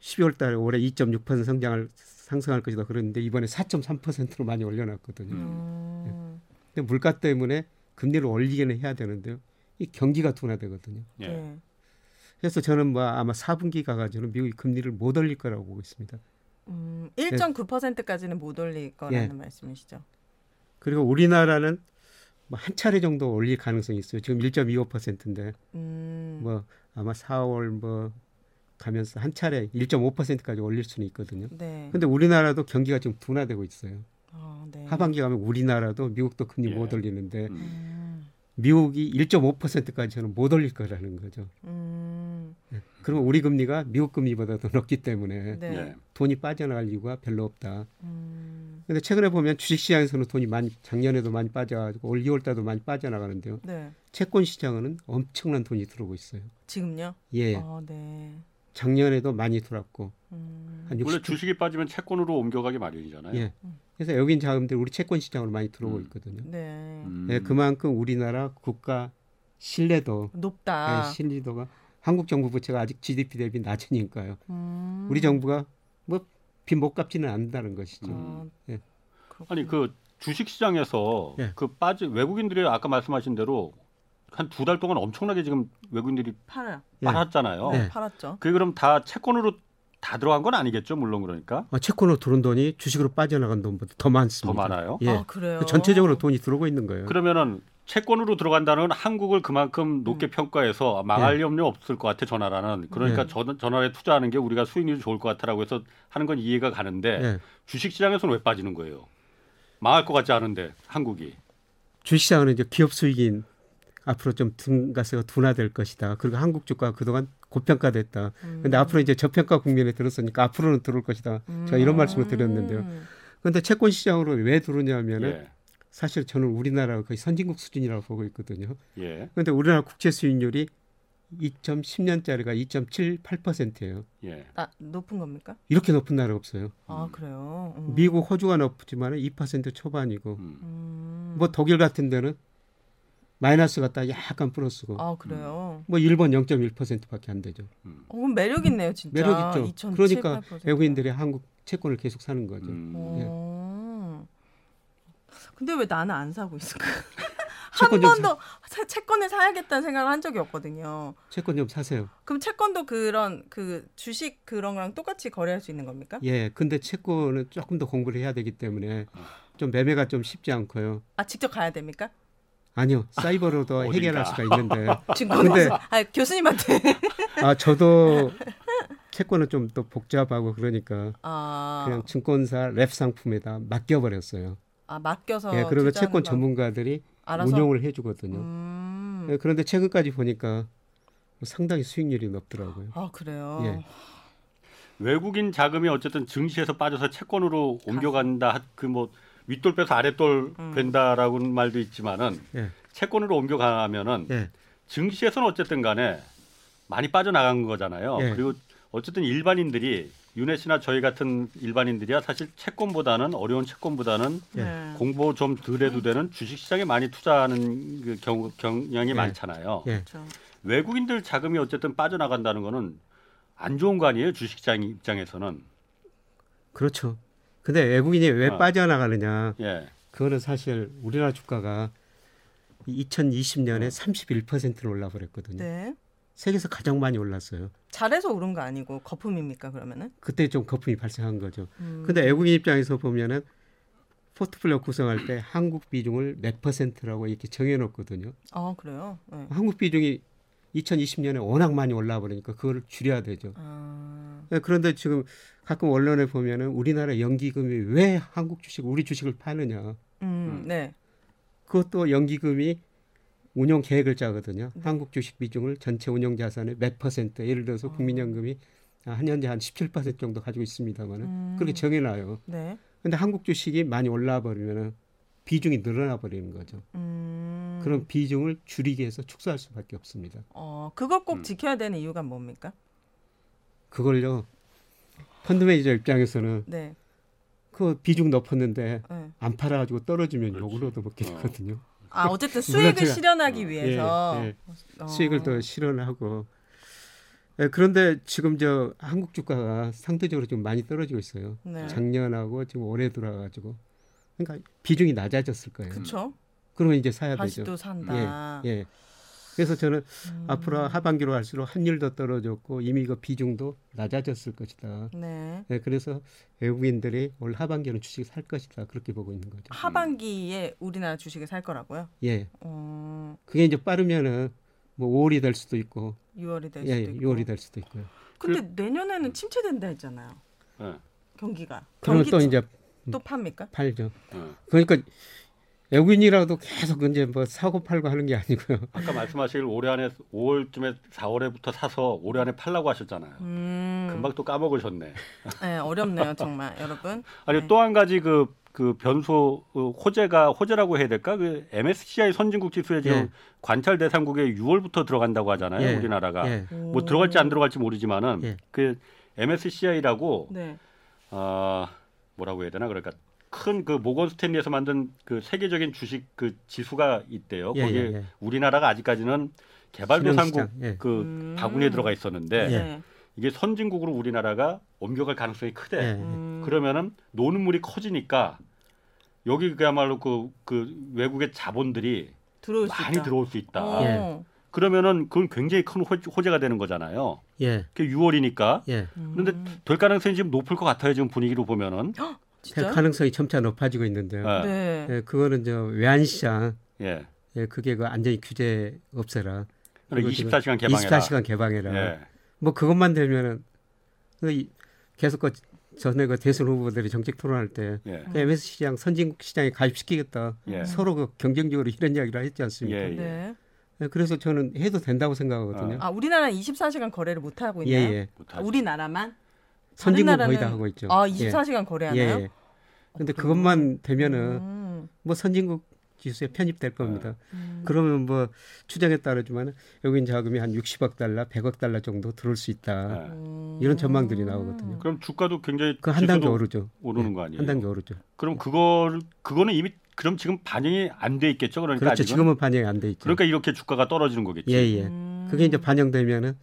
C: 12월 달에 올해 2.6% 성장을 상승할 것이다 그랬는데 이번에 4.3%로 많이 올려놨거든요.
B: 음.
D: 음.
C: 근데 물가 때문에 금리를 올리기는 해야 되는데요. 이 경기가 둔화되거든요.
B: 예.
D: 네.
C: 그래서 저는 뭐 아마 4분기 가가지고는 미국이 금리를 못 올릴 거라고 보고 있습니다.
D: 음, 1.9%까지는 못 올릴 거라는
C: 예.
D: 말씀이시죠.
C: 그리고 우리나라는 뭐 한 차례 정도 올릴 가능성이 있어요. 지금 1.25%인데
D: 음.
C: 뭐 아마 4월 뭐 가면서 한 차례 1.5%까지 올릴 수는 있거든요.
D: 네.
C: 근데 우리나라도 경기가 지금 둔화되고 있어요.
D: 아, 네.
C: 그 하반기 가면 우리나라도 미국도 금리
B: 예.
C: 못 올리는데
B: 음.
D: 음.
C: 미국이 1.5%까지 저는 못 올릴 거라는 거죠.
D: 음.
C: 그러면 우리 금리가 미국 금리보다 더 높기 때문에
D: 네.
B: 예.
C: 돈이 빠져나갈 이유가 별로 없다.
D: 음.
C: 근데 최근에 보면 주식시장에서는 돈이 많이 작년에도 많이 빠져가지고 올 2월 달도 많이 빠져나가는데요.
D: 네.
C: 채권 시장은 엄청난 돈이 들어오고 있어요.
D: 지금요?
C: 예,
D: 아, 네.
C: 작년에도 많이 들어왔고
D: 음.
C: 한
B: 원래
C: 60.
B: 주식이 빠지면 채권으로 옮겨가기 마련이잖아요.
C: 예. 그래서 여긴 자금들이 우리 채권 시장으로 많이 들어오고
B: 음.
C: 있거든요.
D: 네.
B: 음.
C: 예, 그만큼 우리나라 국가 신뢰도
D: 높다.
C: 예, 신뢰도가 한국 정부 부채가 아직 GDP 대비 낮으니까요.
D: 음.
C: 우리 정부가 뭐 빚 못 갚지는 않는다는 것이죠.
D: 아,
C: 예.
B: 아니 그 주식 시장에서
C: 예.
B: 그 빠지 외국인들이 아까 말씀하신 대로 한 두 달 동안 엄청나게 지금 외국인들이
D: 팔아요.
C: 예.
B: 팔았잖아요.
C: 예.
D: 팔았죠.
B: 그게 그럼 다 채권으로 다 들어간 건 아니겠죠? 물론 그러니까
C: 아, 채권으로 들어온 돈이 주식으로 빠져나간 돈보다 더 많습니다.
B: 더 많아요.
C: 예.
D: 아, 그래요.
C: 그 전체적으로 돈이 들어오고 있는 거예요.
B: 그러면은 채권으로 들어간다는 건 한국을 그만큼 높게
D: 음.
B: 평가해서
C: 예.
B: 망할 염려 없을 것 같아 전화라는 그러니까
D: 예.
B: 전, 전화에 투자하는 게 우리가 수익률이 좋을 것 같아라고 해서 하는 건 이해가 가는데
C: 예.
B: 주식 시장에서는 왜 빠지는 거예요? 망할 것 같지 않은데 한국이
C: 주식시장은 이제 기업 수익인 앞으로 좀 증가세가 둔화될 것이다. 그리고 한국 주가 가 그동안 고평가됐다. 근데
D: 음.
C: 앞으로 이제 저평가 국면에 들었으니까 앞으로는 들어올 것이다. 제가 이런 말씀을 드렸는데요.
D: 음.
C: 그런데 채권 시장으로 왜 들어오냐면은
B: 예.
C: 사실 저는 우리나라가 거의 선진국 수준이라고 보고 있거든요.
B: 예.
C: 그런데 우리나라 국채 수익률이 2.10년짜리가 2.78%예요.
B: 예.
D: 아, 높은 겁니까?
C: 이렇게 높은 나라가 없어요.
D: 아 그래요. 음.
C: 미국, 호주가 높지만 2% 초반이고
B: 음.
D: 음.
C: 뭐 독일 같은 데는 마이너스 같다 약간 플러스고
D: 아 그래요.
C: 뭐 일본 0.1%밖에 안 되죠.
B: 아, 음.
D: 어, 그럼 매력 있네요, 진짜.
C: 매력 있죠.
D: 2007,
C: 그러니까
D: 8%.
C: 외국인들이 한국 채권을 계속 사는 거죠.
B: 음.
D: 어. 근데 왜 나는 안 사고 있을까? 한
C: 예. 채권 좀 사-
D: 번도 사- 채권을 사야겠다는 생각을 한 적이 없거든요.
C: 채권 좀 사세요.
D: 그럼 채권도 그런 그 주식 그런 거랑 똑같이 거래할 수 있는 겁니까?
C: 예, 근데 채권은 조금 더 공부를 해야 되기 때문에 좀 매매가 좀 쉽지 않고요.
D: 아 직접 가야 됩니까?
C: 아니요, 사이버로도
B: 어딘가.
C: 해결할 수가 있는데
D: 증권
C: 근데-
D: 아 교수님한테.
C: 아 저도 채권은 좀 더 복잡하고 그러니까
D: 아,
C: 그냥 증권사 랩 상품에다 맡겨버렸어요.
D: 아 맡겨서.
C: 예, 그러면
D: 투자하는
C: 채권
D: 방-
C: 전문가들이
D: 알아서.
C: 운영을 해주거든요.
D: 음.
C: 예, 그런데 최근까지 보니까 상당히 수익률이 높더라고요.
D: 아 그래요.
C: 예.
B: 외국인 자금이 어쨌든 증시에서 빠져서 채권으로 옮겨간다. 그 뭐 윗돌 빼서 아랫돌 된다라고는 말도 있지만은
C: 예,
B: 채권으로 옮겨가면은
C: 예,
B: 증시에서는 어쨌든 간에 많이 빠져나간 거잖아요.
C: 예.
B: 그리고 어쨌든 일반인들이 윤혜 씨나 저희 같은 일반인들이야 사실 채권보다는 어려운 채권보다는
C: 예.
D: 네.
B: 공부 좀 덜해도 되는 주식시장에 많이 투자하는 그 경, 경향이 많잖아요.
C: 예.
D: 그렇죠.
B: 외국인들 자금이 어쨌든 빠져나간다는 거는 안 좋은 거 아니에요 주식시장 입장에서는.
C: 그렇죠. 근데 외국인이 왜
B: 아.
C: 빠져나가느냐?
B: 예.
C: 그거는 사실 우리나라 주가가 2020년에 31%로 올라버렸거든요.
D: 어. 네.
C: 세계에서 가장 많이 올랐어요.
D: 잘해서 오른 거 아니고 거품입니까 그러면은?
C: 그때 좀 거품이 발생한 거죠.
D: 음.
C: 근데 외국인 입장에서 보면은 포트폴리오 구성할 때 한국 비중을 몇 퍼센트라고 이렇게 정해놓거든요.
D: 아 그래요. 네.
C: 한국 비중이 2020년에 워낙 많이 올라와 버리니까 그거를 줄여야 되죠.
D: 아,
C: 예, 그런데 지금 가끔 언론에 보면은 우리나라 연기금이 왜 한국 주식, 우리 주식을 파느냐.
D: 음, 네.
C: 그것도 연기금이 운용 계획을 짜거든요. 한국 주식 비중을 전체 운용 자산의 몇 퍼센트, 예를 들어서 국민연금이 아, 한 현재 한 17% 정도 가지고 있습니다만은 음.
D: 음.
C: 그렇게 정해놔요.
D: 네.
C: 근데 한국 주식이 많이 올라와 버리면은 비중이 늘어나 버리는 거죠.
D: 음.
C: 그럼 비중을 줄이기 위해서 축소할 수밖에 없습니다.
D: 어, 그걸
C: 음.
D: 꼭 지켜야 되는 이유가 뭡니까?
C: 그걸요. 펀드 매니저 입장에서는
D: 네.
C: 그 비중 높았는데
D: 네.
C: 안 팔아가지고 떨어지면
B: 그렇지.
C: 욕으로도 먹게
B: 어.
C: 되거든요.
D: 아, 어쨌든
C: 물론
D: 수익을
C: 그 제가-
D: 실현하기
C: 예,
D: 위해서
C: 예.
D: 어.
C: 수익을 더 실현하고 예, 그런데 지금 저 한국 주가가 상대적으로 좀 많이 떨어지고 있어요.
D: 네.
C: 작년하고 지금 올해 들어가지고 그러니까 비중이 낮아졌을 거예요.
D: 그렇죠.
C: 그러면 이제 사야
D: 다시
C: 되죠.
D: 또 산다.
C: 예, 예. 그래서 저는
D: 음.
C: 앞으로 하반기로 갈수록 환율도 떨어졌고 이미 그 비중도 낮아졌을 것이다.
D: 네.
C: 예, 그래서 외국인들이 올 하반기는 주식 살 것이다 그렇게 보고 있는 거죠.
D: 하반기에 우리나라 주식을 살 거라고요.
C: 예,
D: 어,
C: 그게 이제 빠르면은 뭐 5월이 될 수도 있고,
D: 6월이 될
C: 예,
D: 수도 있고.
C: 6월이 될그 수도 있고요.
D: 근데 내년에는 침체된다 했잖아요.
B: 예.
D: 경기가.
C: 그럼
D: 경기
C: 또 이제
D: 또 팝니까?
C: 팔죠.
B: 예.
C: 그러니까 외국인이라도 계속 이제 뭐 사고 팔고 하는 게 아니고요.
B: 아까 말씀하신 올해 안에 5월쯤에 4월에부터 사서 올해 안에 팔라고 하셨잖아요.
D: 음.
B: 금방 또 까먹으셨네.
D: 네, 어렵네요, 정말 여러분.
C: 네.
B: 아니 또 한 가지 그, 그 변소 어, 호재가 호재라고 해야 될까? 그 MSCI 선진국 지수에 지금
C: 예.
B: 관찰 대상국에 6월부터 들어간다고 하잖아요.
C: 예.
B: 네, 우리나라가
C: 예.
B: 뭐 들어갈지 안 들어갈지 모르지만은
C: 예.
B: 그 MSCI라고
D: 네.
B: 아 뭐라고 해야 되나 그러니까 큰 그 모건 스탠리에서 만든 그 세계적인 주식 그 지수가 있대요.
C: 예,
B: 거기에
C: 예, 예.
B: 우리나라가 아직까지는 개발도상국
C: 신흥시장, 예.
B: 그
D: 음.
B: 바구니에 들어가 있었는데
C: 예.
D: 네.
B: 이게 선진국으로 우리나라가 옮겨갈 가능성이 크대.
C: 예.
D: 음.
B: 그러면은 노는 물이 커지니까 여기 그야말로 그, 그 외국의 자본들이
D: 들어올 수
B: 많이
D: 있다.
B: 들어올 수 있다.
D: 어.
C: 예.
B: 그러면은 그건 굉장히 큰 호- 호재가 되는 거잖아요.
C: 예.
B: 그게 6월이니까.
C: 예.
B: 그런데 될 가능성이 지금 높을 것 같아요. 지금 분위기로 보면은.
C: 그
D: 음. 진짜?
C: 가능성이 점차 높아지고 있는데요.
B: 예.
D: 네.
C: 예, 그거는 저 외환시장,
B: 예.
C: 예, 그게 그 안전히 규제 없애라.
B: 그리고
C: 그리고 지금
B: 그러니까 24시간 개방해라.
C: 24시간 개방해라.
B: 예.
C: 뭐 그것만 되면은 그 이- 계속 그 전에 그 대선 후보들이 정책 토론할 때
B: 예.
D: 음.
C: 그 MS 시장 선진국 시장에 가입시키겠다.
B: 예.
C: 서로 그 경쟁적으로 이런 이야기를 했지 않습니까?
B: 예.
D: 네.
C: 그래서 저는 해도 된다고 생각하거든요.
D: 아 우리나라는 24시간 거래를 못 하고
C: 예,
D: 있나요?
C: 예.
D: 아, 우리나라만?
C: 선진국
D: 다른
C: 거의
D: 나라는-
C: 다 하고 있죠.
D: 아
C: 예.
D: 24시간 거래하나요? 어,
C: 예. 근데 그것만 되면은
D: 음,
C: 뭐 선진국 지수에 편입될 겁니다.
D: 음.
C: 그러면 뭐 추정에 따르지만 여긴 자금이 한 60억 달러, 100억 달러 정도 들어올 수 있다.
B: 예.
D: 음.
C: 이런 전망들이 나오거든요.
B: 그럼 음. 주가도 굉장히
C: 아. 그 한 단계
B: 지수도
C: 오르죠. 예,
B: 오르는 거 아니에요?
C: 한 단계 오르죠.
B: 그럼 그거를 그거는 이미 그럼 지금 반영이 안 돼 있겠죠? 그러니까
C: 그렇죠.
B: 아직은?
C: 지금은 반영이 안 돼 있죠.
B: 그러니까 이렇게 주가가 떨어지는 거겠지.
C: 예, 예.
D: 음.
C: 그게 이제 반영되면은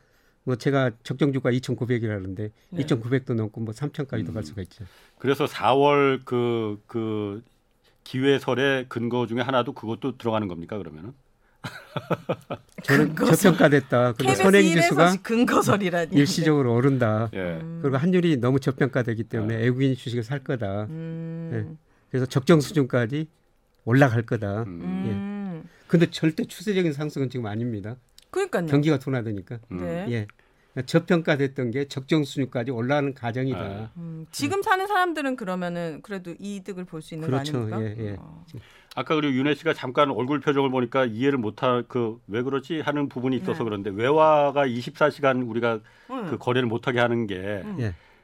C: 뭐 제가 적정 주가 2,900이라는데
D: 네.
C: 2,900도 넘고 뭐 3,000까지도
B: 음.
C: 갈 수가 있죠.
B: 그래서 4월 그 그 기회설의 근거 중에 하나도 그것도 들어가는 겁니까? 그러면은 그
C: 저는 저평가됐다. 그리고
D: KBS
C: 선행
D: 1에서
C: 지수가
B: 음.
D: 근거설이라니.
C: 일시적으로 오른다.
B: 예.
D: 음.
C: 그리고 환율이 너무 저평가되기
B: 아.
C: 때문에 외국인 주식을 살 거다.
D: 음.
C: 그래서 적정 수준까지 올라갈 거다.
D: 음.
C: 근데 절대 추세적인 상승은 지금 아닙니다.
D: 그러니까요.
C: 예. 경기가 둔화되니까.
B: 음.
D: 네.
C: 예. 그러니까 저평가됐던 게 적정 수준까지 올라가는 과정이다.
B: 아.
D: 음, 지금 사는 사람들은 그러면은 그래도 이득을 볼 수 있는
C: 그렇죠.
D: 거 아닙니까?
C: 예, 예.
D: 어.
B: 아까 그리고 윤혜 씨가 잠깐 얼굴 표정을 보니까 이해를 못할 그 왜 그러지 하는 부분이 있어서
D: 네.
B: 그런데 외화가 24시간 우리가
D: 음.
B: 그 거래를 못하게 하는 게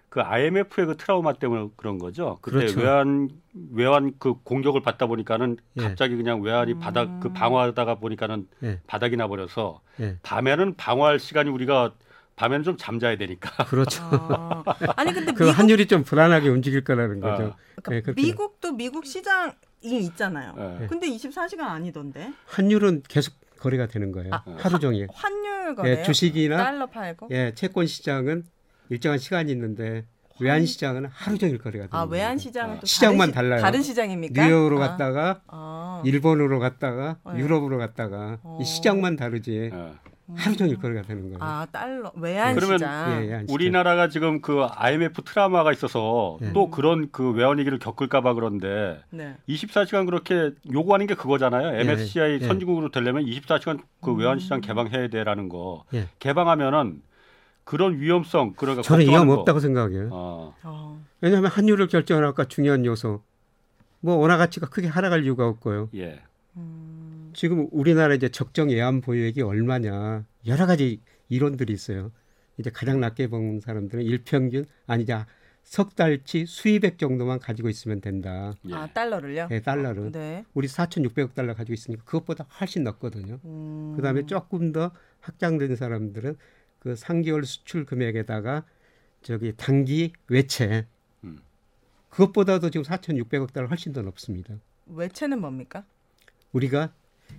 B: 그
C: 예.
B: IMF의 그 트라우마 때문에 그런 거죠. 그때
C: 그렇죠.
B: 외환 외환 그 공격을 받다 보니까는
C: 예.
B: 갑자기 그냥 외환이
D: 음.
B: 바닥 그 방어하다가 보니까는
C: 예.
B: 바닥이 나버려서
C: 예.
B: 밤에는 방어할 시간이 우리가 밤에는 좀 잠자야 되니까
C: 그렇죠.
D: 아. 아니 근데
C: 그
D: 미국
C: 환율이 좀 불안하게 움직일 거라는
B: 아.
C: 거죠.
D: 그러니까
C: 예, 그렇게
D: 미국도 미국 시장이 있잖아요.
B: 예.
D: 근데 24시간 아니던데
C: 환율은 계속 거래가 되는 거예요.
D: 아,
C: 하루 종일.
D: 환율 거래요. 어?
C: 예, 주식이나
D: 달러 팔고.
C: 예, 채권 시장은 일정한 시간이 있는데 외환 시장은 하루 종일 거래가 되는
D: 아 외환
C: 거죠.
D: 시장은 또
C: 예. 시장만
D: 다른 시-
C: 달라요.
D: 다른 시장입니까?
C: 뉴욕으로
D: 아.
C: 갔다가
D: 아.
C: 일본으로 갔다가
D: 네.
C: 유럽으로 갔다가
D: 어. 음.
C: 이 시장만 다르지
B: 예.
C: 하루 종일 거래가 되는 거예요.
D: 아 달러 외환
B: 그러면-
D: 시장.
C: 예, 예, 안 시켜요.
B: 우리나라가 지금 그 IMF 트라우마가 있어서
C: 예.
B: 또 그런 그 외환 위기를 겪을까봐 그런데
D: 네.
B: 24시간 그렇게 요구하는 게 그거잖아요. MSCI
C: 예. 음.
B: 선진국으로 되려면 24시간 그 외환시장 개방해야 돼라는 거.
C: 예.
B: 개방하면은 그런 위험성 그러니까
C: 저는 이감
B: 걱정하는
C: 없다고
B: 거.
C: 생각해요.
B: 어.
D: 어.
C: 왜냐하면 환율을 결정하는 아까 중요한 요소. 뭐 원화 가치가 크게 하락할 이유가 없고요.
B: 예.
D: 음.
C: 지금 우리나라 이제 적정 예안 보유액이 얼마냐 여러 가지 이론들이 있어요. 이제 가장 낮게 본 사람들은 일평균 아니자 석 달치 수입액 정도만 가지고 있으면 된다.
B: 예.
D: 아 달러를요?
C: 예, 달러는
D: 네.
C: 우리 4,600억 달러 가지고 있으니까 그것보다 훨씬 낮거든요.
D: 음.
C: 그다음에 조금 더 확장된 사람들은 그 3개월 수출 금액에다가 저기 단기 외채
B: 음.
C: 그것보다도 지금 4,600억 달러 훨씬 더 높습니다.
D: 외채는 뭡니까?
C: 우리가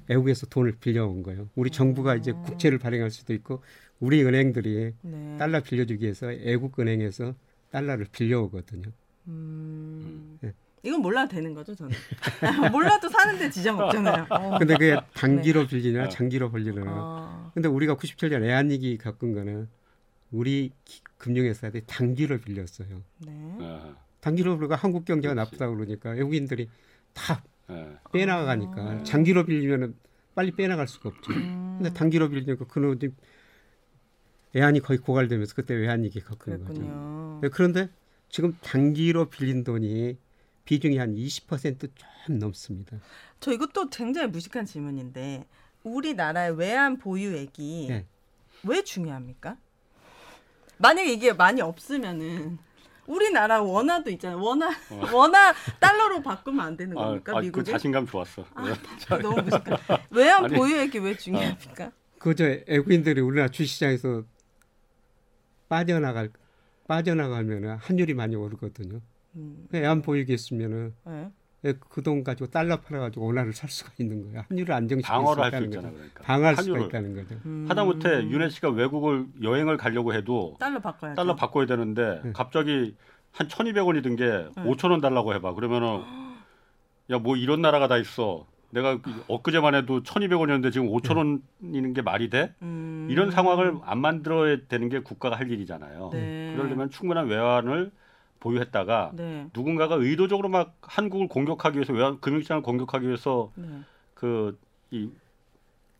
C: 외국에서 돈을 빌려온 거예요. 우리 정부가 이제 국채를 발행할 수도 있고 우리 은행들이
D: 네.
C: 달러 빌려주기 위해서 외국 은행에서 달러를 빌려오거든요.
D: 음.
C: 예.
D: 이건 몰라도 되는 거죠, 저는. 몰라도 사는데 지장 없잖아요. 어.
C: 근데 그게 단기로 빌리냐 장기로 빌리냐.
D: 아.
C: 근데 우리가 97년 애한이기 겪은 거는 우리 기- 금융회사들이 단기로 빌렸어요.
D: 네.
B: 어.
C: 단기로 빌리고 한국 경제가
B: 그렇지.
C: 나쁘다 그러니까 외국인들이 다
B: 예.
C: 빼나가니까
B: 아.
C: 장기로 빌리면은 빨리 빼나갈 수가 없죠.
D: 음.
C: 근데 단기로 빌리니까 그놈이 외환이 거의 고갈되면서 그때 외환 위기 겪은 거죠.
D: 그랬군요.
C: 네, 그런데 지금 단기로 빌린 돈이 비중이 한 20%좀 넘습니다.
D: 저 이것도 굉장히 무식한 질문인데 우리나라의 외환 보유액이
C: 네.
D: 왜 중요합니까? 만약에 이게 많이 없으면은 우리나라 원화도 있잖아요. 원화 원화 달러로 바꾸면 안 되는
B: 어. 아,
D: 겁니까? 아.
B: 아, 그
D: 미국이?
B: 자신감 좋았어.
D: 너무 무식한. 외환
B: 아니.
D: 보유액이 왜 중요합니까?
C: 그저 외국인들이 우리나라 주시장에서 빠져나갈 빠져나가면 환율이 많이 오르거든요. 네,
D: 음,
C: 외환 보유기 있으면은
D: 예.
C: 그 돈 가지고 달러 팔아가지고 원화를 살 수가 있는 거야. 환율을 안정시킬
B: 방어를 할 수
C: 있다는
B: 있잖아
C: 거죠.
B: 그러니까.
C: 방어할 수가
B: 환율을.
C: 있다는 거죠.
B: 하다못해 윤혜 씨가 외국을 여행을 가려고 해도
D: 음. 달러 바꿔야 돼.
B: 달러 바꿔야 되는데 갑자기 한 1,200원이 든 게
D: 네.
B: 5,000원 달라고 해봐. 그러면은 야 뭐 이런 나라가 다 있어. 내가 그 엊그제만 해도 1,200원이었는데 지금 5,000원이는 게 말이 돼?
D: 음.
B: 이런 상황을 안 만들어야 되는 게 국가가 할
C: 어,
B: 일이잖아요.
D: 네.
B: 그러려면 충분한 외환을 보유했다가
D: 네.
B: 누군가가 의도적으로 막 한국을 공격하기 위해서 외환 금융시장을 공격하기 위해서
D: 네.
B: 그 이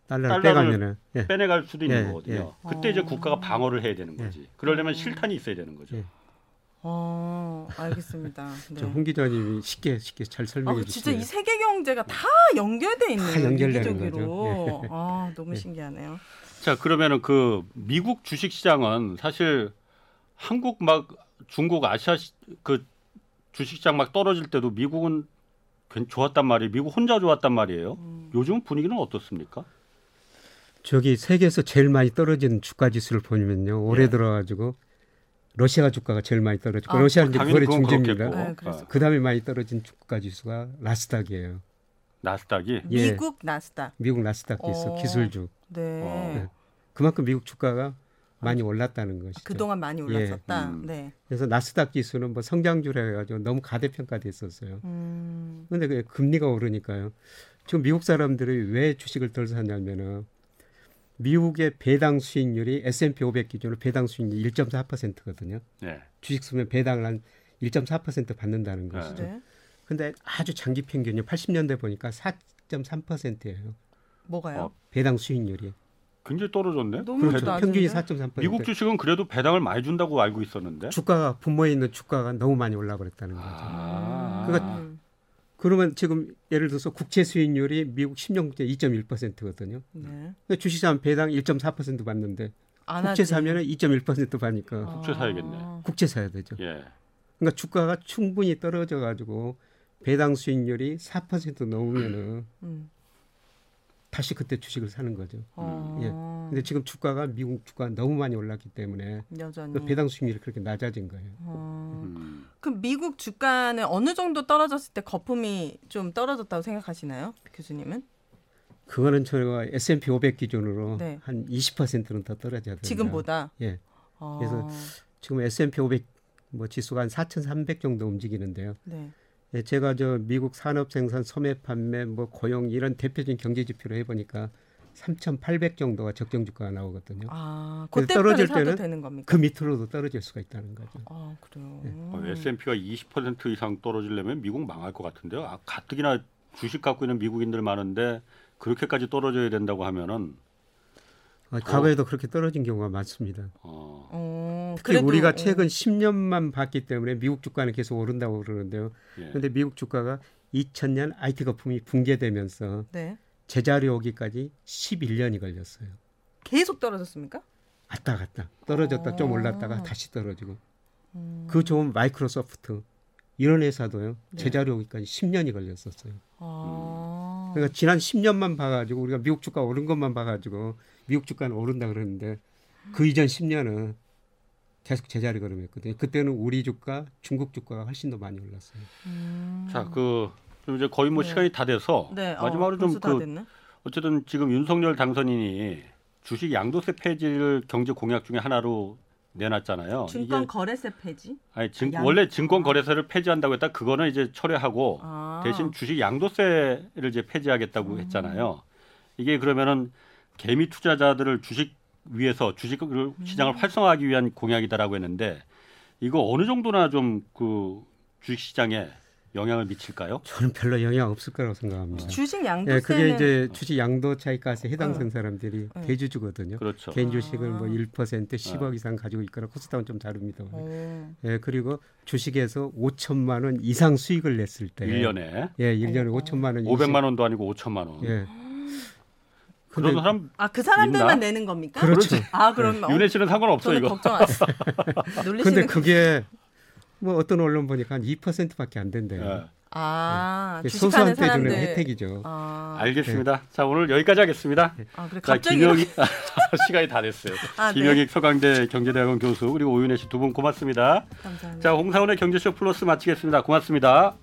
C: 달러를
B: 달러를-
C: 빼가면은 예.
B: 빼내갈 수도 있는
C: 예,
D: 어. 음.
B: 거거든요. 그때 이제 국가가 방어를 해야 되는 거지. 그러려면 실탄이 있어야 되는 거죠.
C: 예.
D: 어, 알겠습니다. 네.
C: 저홍 기자님이 쉽게 쉽게 잘 설명해
D: 아, 진짜
C: 주시네요. 네.
D: 이 세계 경제가 다 연결돼 있는
C: 다 연결되는
D: 유기적으로.
C: 거죠.
D: 아, 너무
C: 예.
D: 신기하네요.
B: 자 그러면은 그 미국 주식 시장은 사실 한국 막 중국 아시아 시- 그 주식시장 막 떨어질 때도 미국은 괜- 좋았단 말이에요. 미국 혼자 좋았단 말이에요.
D: 음.
B: 요즘 분위기는 어떻습니까?
C: 저기 세계에서 제일 많이 떨어지는 주가 지수를 보면요. 올해
B: 예.
C: 들어가지고 러시아 주가가 제일 많이 떨어지고
D: 아,
C: 러시아는 네, 이제
B: 당연히
C: 거래
B: 그건
C: 중재입니다.
B: 그렇겠고
D: 네, 그래서-
B: 어,
C: 그다음에 많이 떨어진 주가 지수가 나스닥이에요.
B: 나스닥이
C: 예.
D: 미국 나스닥.
C: 미국 나스닥 지수
D: 어.
C: 기술주.
D: 네.
B: 어.
C: 그만큼 미국 주가가 많이 올랐다는 것이죠.
D: 아, 그동안 많이
C: 예.
D: 올랐었다.
B: 음.
D: 네.
C: 그래서 나스닥 지수는 뭐 성장주라 해가지고 너무 가대평가돼 있었어요.
D: 음.
C: 근데 그 금리가 오르니까요. 지금 미국 사람들이 왜 주식을 덜 사냐면은 미국의 배당 수익률이 S&P 500 기준으로 배당 수익률이 1.4%거든요.
B: 네.
C: 주식 쓰면 배당을 한 1.4% 받는다는 것이죠.
D: 네.
C: 근데 아주 장기 평균이 80년대 보니까 4.3%예요.
D: 뭐가요?
B: 어,
C: 배당 수익률이.
B: 굉장히 떨어졌네.
D: 너무 음.
B: 배당-
C: 그렇죠.
D: 낮은데?
C: 평균이 4.3%.
B: 미국 주식은 그래도 배당을 많이 준다고 알고 있었는데.
C: 주가가 분모에 있는 주가가 너무 많이 올라버렸다는 거죠.
B: 아.
D: 음.
C: 그러니까 그러면 지금 예를 들어서 국채 수익률이 미국 10년국채 2.1%거든요.
D: 네.
C: 근데 주식 사면 배당 1.4% 받는데
D: 안
C: 국채
D: 하지.
C: 사면은 2.1% 받니까
B: 국채 사야겠네.
D: 아.
C: 국채 사야 되죠.
B: 예.
C: 그러니까 주가가 충분히 떨어져 가지고 배당 수익률이 4% 넘으면은
D: 음.
C: 다시 그때 주식을 사는 거죠.
D: 어.
C: 음. 예. 근데 지금 주가가 미국 주가 너무 많이 올랐기 때문에
D: 여전히.
C: 그 배당 수익률이 그렇게 낮아진 거예요.
D: 어.
B: 음.
D: 그럼 미국 주가는 어느 정도 떨어졌을 때 거품이 좀 떨어졌다고 생각하시나요, 교수님은?
C: 그거는 저희가 S&P 500 기준으로
D: 네.
C: 한 20%는 더 떨어져야 된다.
D: 지금보다.
C: 예.
D: 어.
C: 그래서- 지금 S&P 500뭐 지수가 한 4,300 정도 움직이는데요.
D: 네.
C: 예, 제가 저 미국 산업 생산, 소매 판매, 뭐 고용 이런 대표적인 경제 지표로 해 보니까 3,800 정도가 적정 주가가 나오거든요.
D: 아,
C: 음. 그래서
D: 그때부터
C: 떨어질
D: 사도
C: 때는
D: 되는 겁니까?
C: 그 밑으로도 떨어질 수가 있다는 거죠.
D: 아, 그래요.
C: 네.
B: 어, S&P가 20% 이상 떨어지려면 미국 망할 것 같은데요. 아, 가뜩이나 주식 갖고 있는 미국인들 많은데 그렇게까지 떨어져야 된다고 하면은
C: 아, 과거에도 그렇게 떨어진 경우가 많습니다.
B: 어,
D: 어,
C: 특히 우리가
D: 어,
C: 최근 10년만 봤기 때문에 미국 주가는 계속 오른다고 그러는데요.
B: 예.
C: 그런데 미국 주가가 2000년 IT 거품이 붕괴되면서
D: 네.
C: 제자리 오기까지 11년이 걸렸어요.
D: 계속 떨어졌습니까?
C: 왔다 갔다 떨어졌다 좀
D: 어.
C: 올랐다가 다시 떨어지고
D: 음.
C: 그 좋은 마이크로소프트 이런 회사도요
D: 네.
C: 제자리 오기까지 10년이 걸렸었어요.
D: 아.
B: 음.
C: 그러니까 지난 10년만 봐가지고 우리가 미국 주가 오른 것만 봐가지고 미국 주가는 오른다 그러는데 그 이전 10년은 계속 제자리 걸음했거든요. 그때는 우리 주가, 중국 주가가 훨씬 더 많이 올랐어요.
D: 음.
B: 자, 그 그럼 이제 거의 뭐
D: 네.
B: 시간이 다 돼서
D: 네.
B: 마지막으로
D: 어, 벌써 다
B: 좀그
D: 됐네.
B: 어쨌든 지금 윤석열 당선인이 주식 양도세 폐지를 경제 공약 중에 하나로 내놨잖아요.
D: 증권
B: 어, 이게
D: 거래세 폐지?
B: 아니 증,
D: 양-
B: 원래 증권 거래세를 폐지한다고 했다 그거는 이제 철회하고
D: 아.
B: 대신 주식 양도세를 이제
C: 음.
B: 폐지하겠다고 했잖아요. 이게 그러면은 개미 투자자들을 주식 위에서 주식
C: 음.
B: 시장을 활성화하기 위한 공약이다라고 했는데 이거 어느 정도나 좀 그 주식 시장에 영향을 미칠까요?
C: 저는 별로 영향 없을 거라고 생각합니다.
D: 주식
C: 예,
D: 어, 양도세는
C: 그게 이제 주식 양도 차익가세 해당된 사람들이
D: 네.
C: 대주주거든요.
B: 그렇죠. 네.
C: 개인 주식을
D: 아.
C: 뭐 1%, 10억 이상 가지고 있거나 코스닥은 좀 다릅니다.
D: 어.
C: 예, 그리고 주식에서 5천만 원 이상 수익을 냈을 때
B: 1년에
C: 예, 1년에 5천만 원
B: 500만 원도 아니고 5천만 원.
C: 예.
B: 그런
C: 근데
B: 사람
D: 아, 그 사람들만
B: 있나?
D: 내는 겁니까?
C: 그렇죠.
D: 아, 그럼 어,
B: 윤혜 씨는 상관없어
D: 저는
B: 이거.
D: 걱정 안 했어요. 놀리시는
C: 근데 그게 뭐 어떤 언론 보니까 한 2%밖에 안 된대요.
B: 예.
D: 아,
C: 예,
D: 주식하는
C: 소수한테
D: 사람들
C: 주는 혜택이죠.
D: 아,
B: 알겠습니다. 그러니까 자 오늘 여기까지 하겠습니다.
C: 네.
D: 아 그래
B: 자,
D: 갑자기
B: 김영익 시간이 다 됐어요.
D: 아, 네.
B: 김영익 서강대 경제대학원 교수 그리고 오윤혜 씨 두 분 고맙습니다.
D: 감사합니다.
B: 자, 홍사원의 경제쇼 플러스 마치겠습니다. 고맙습니다.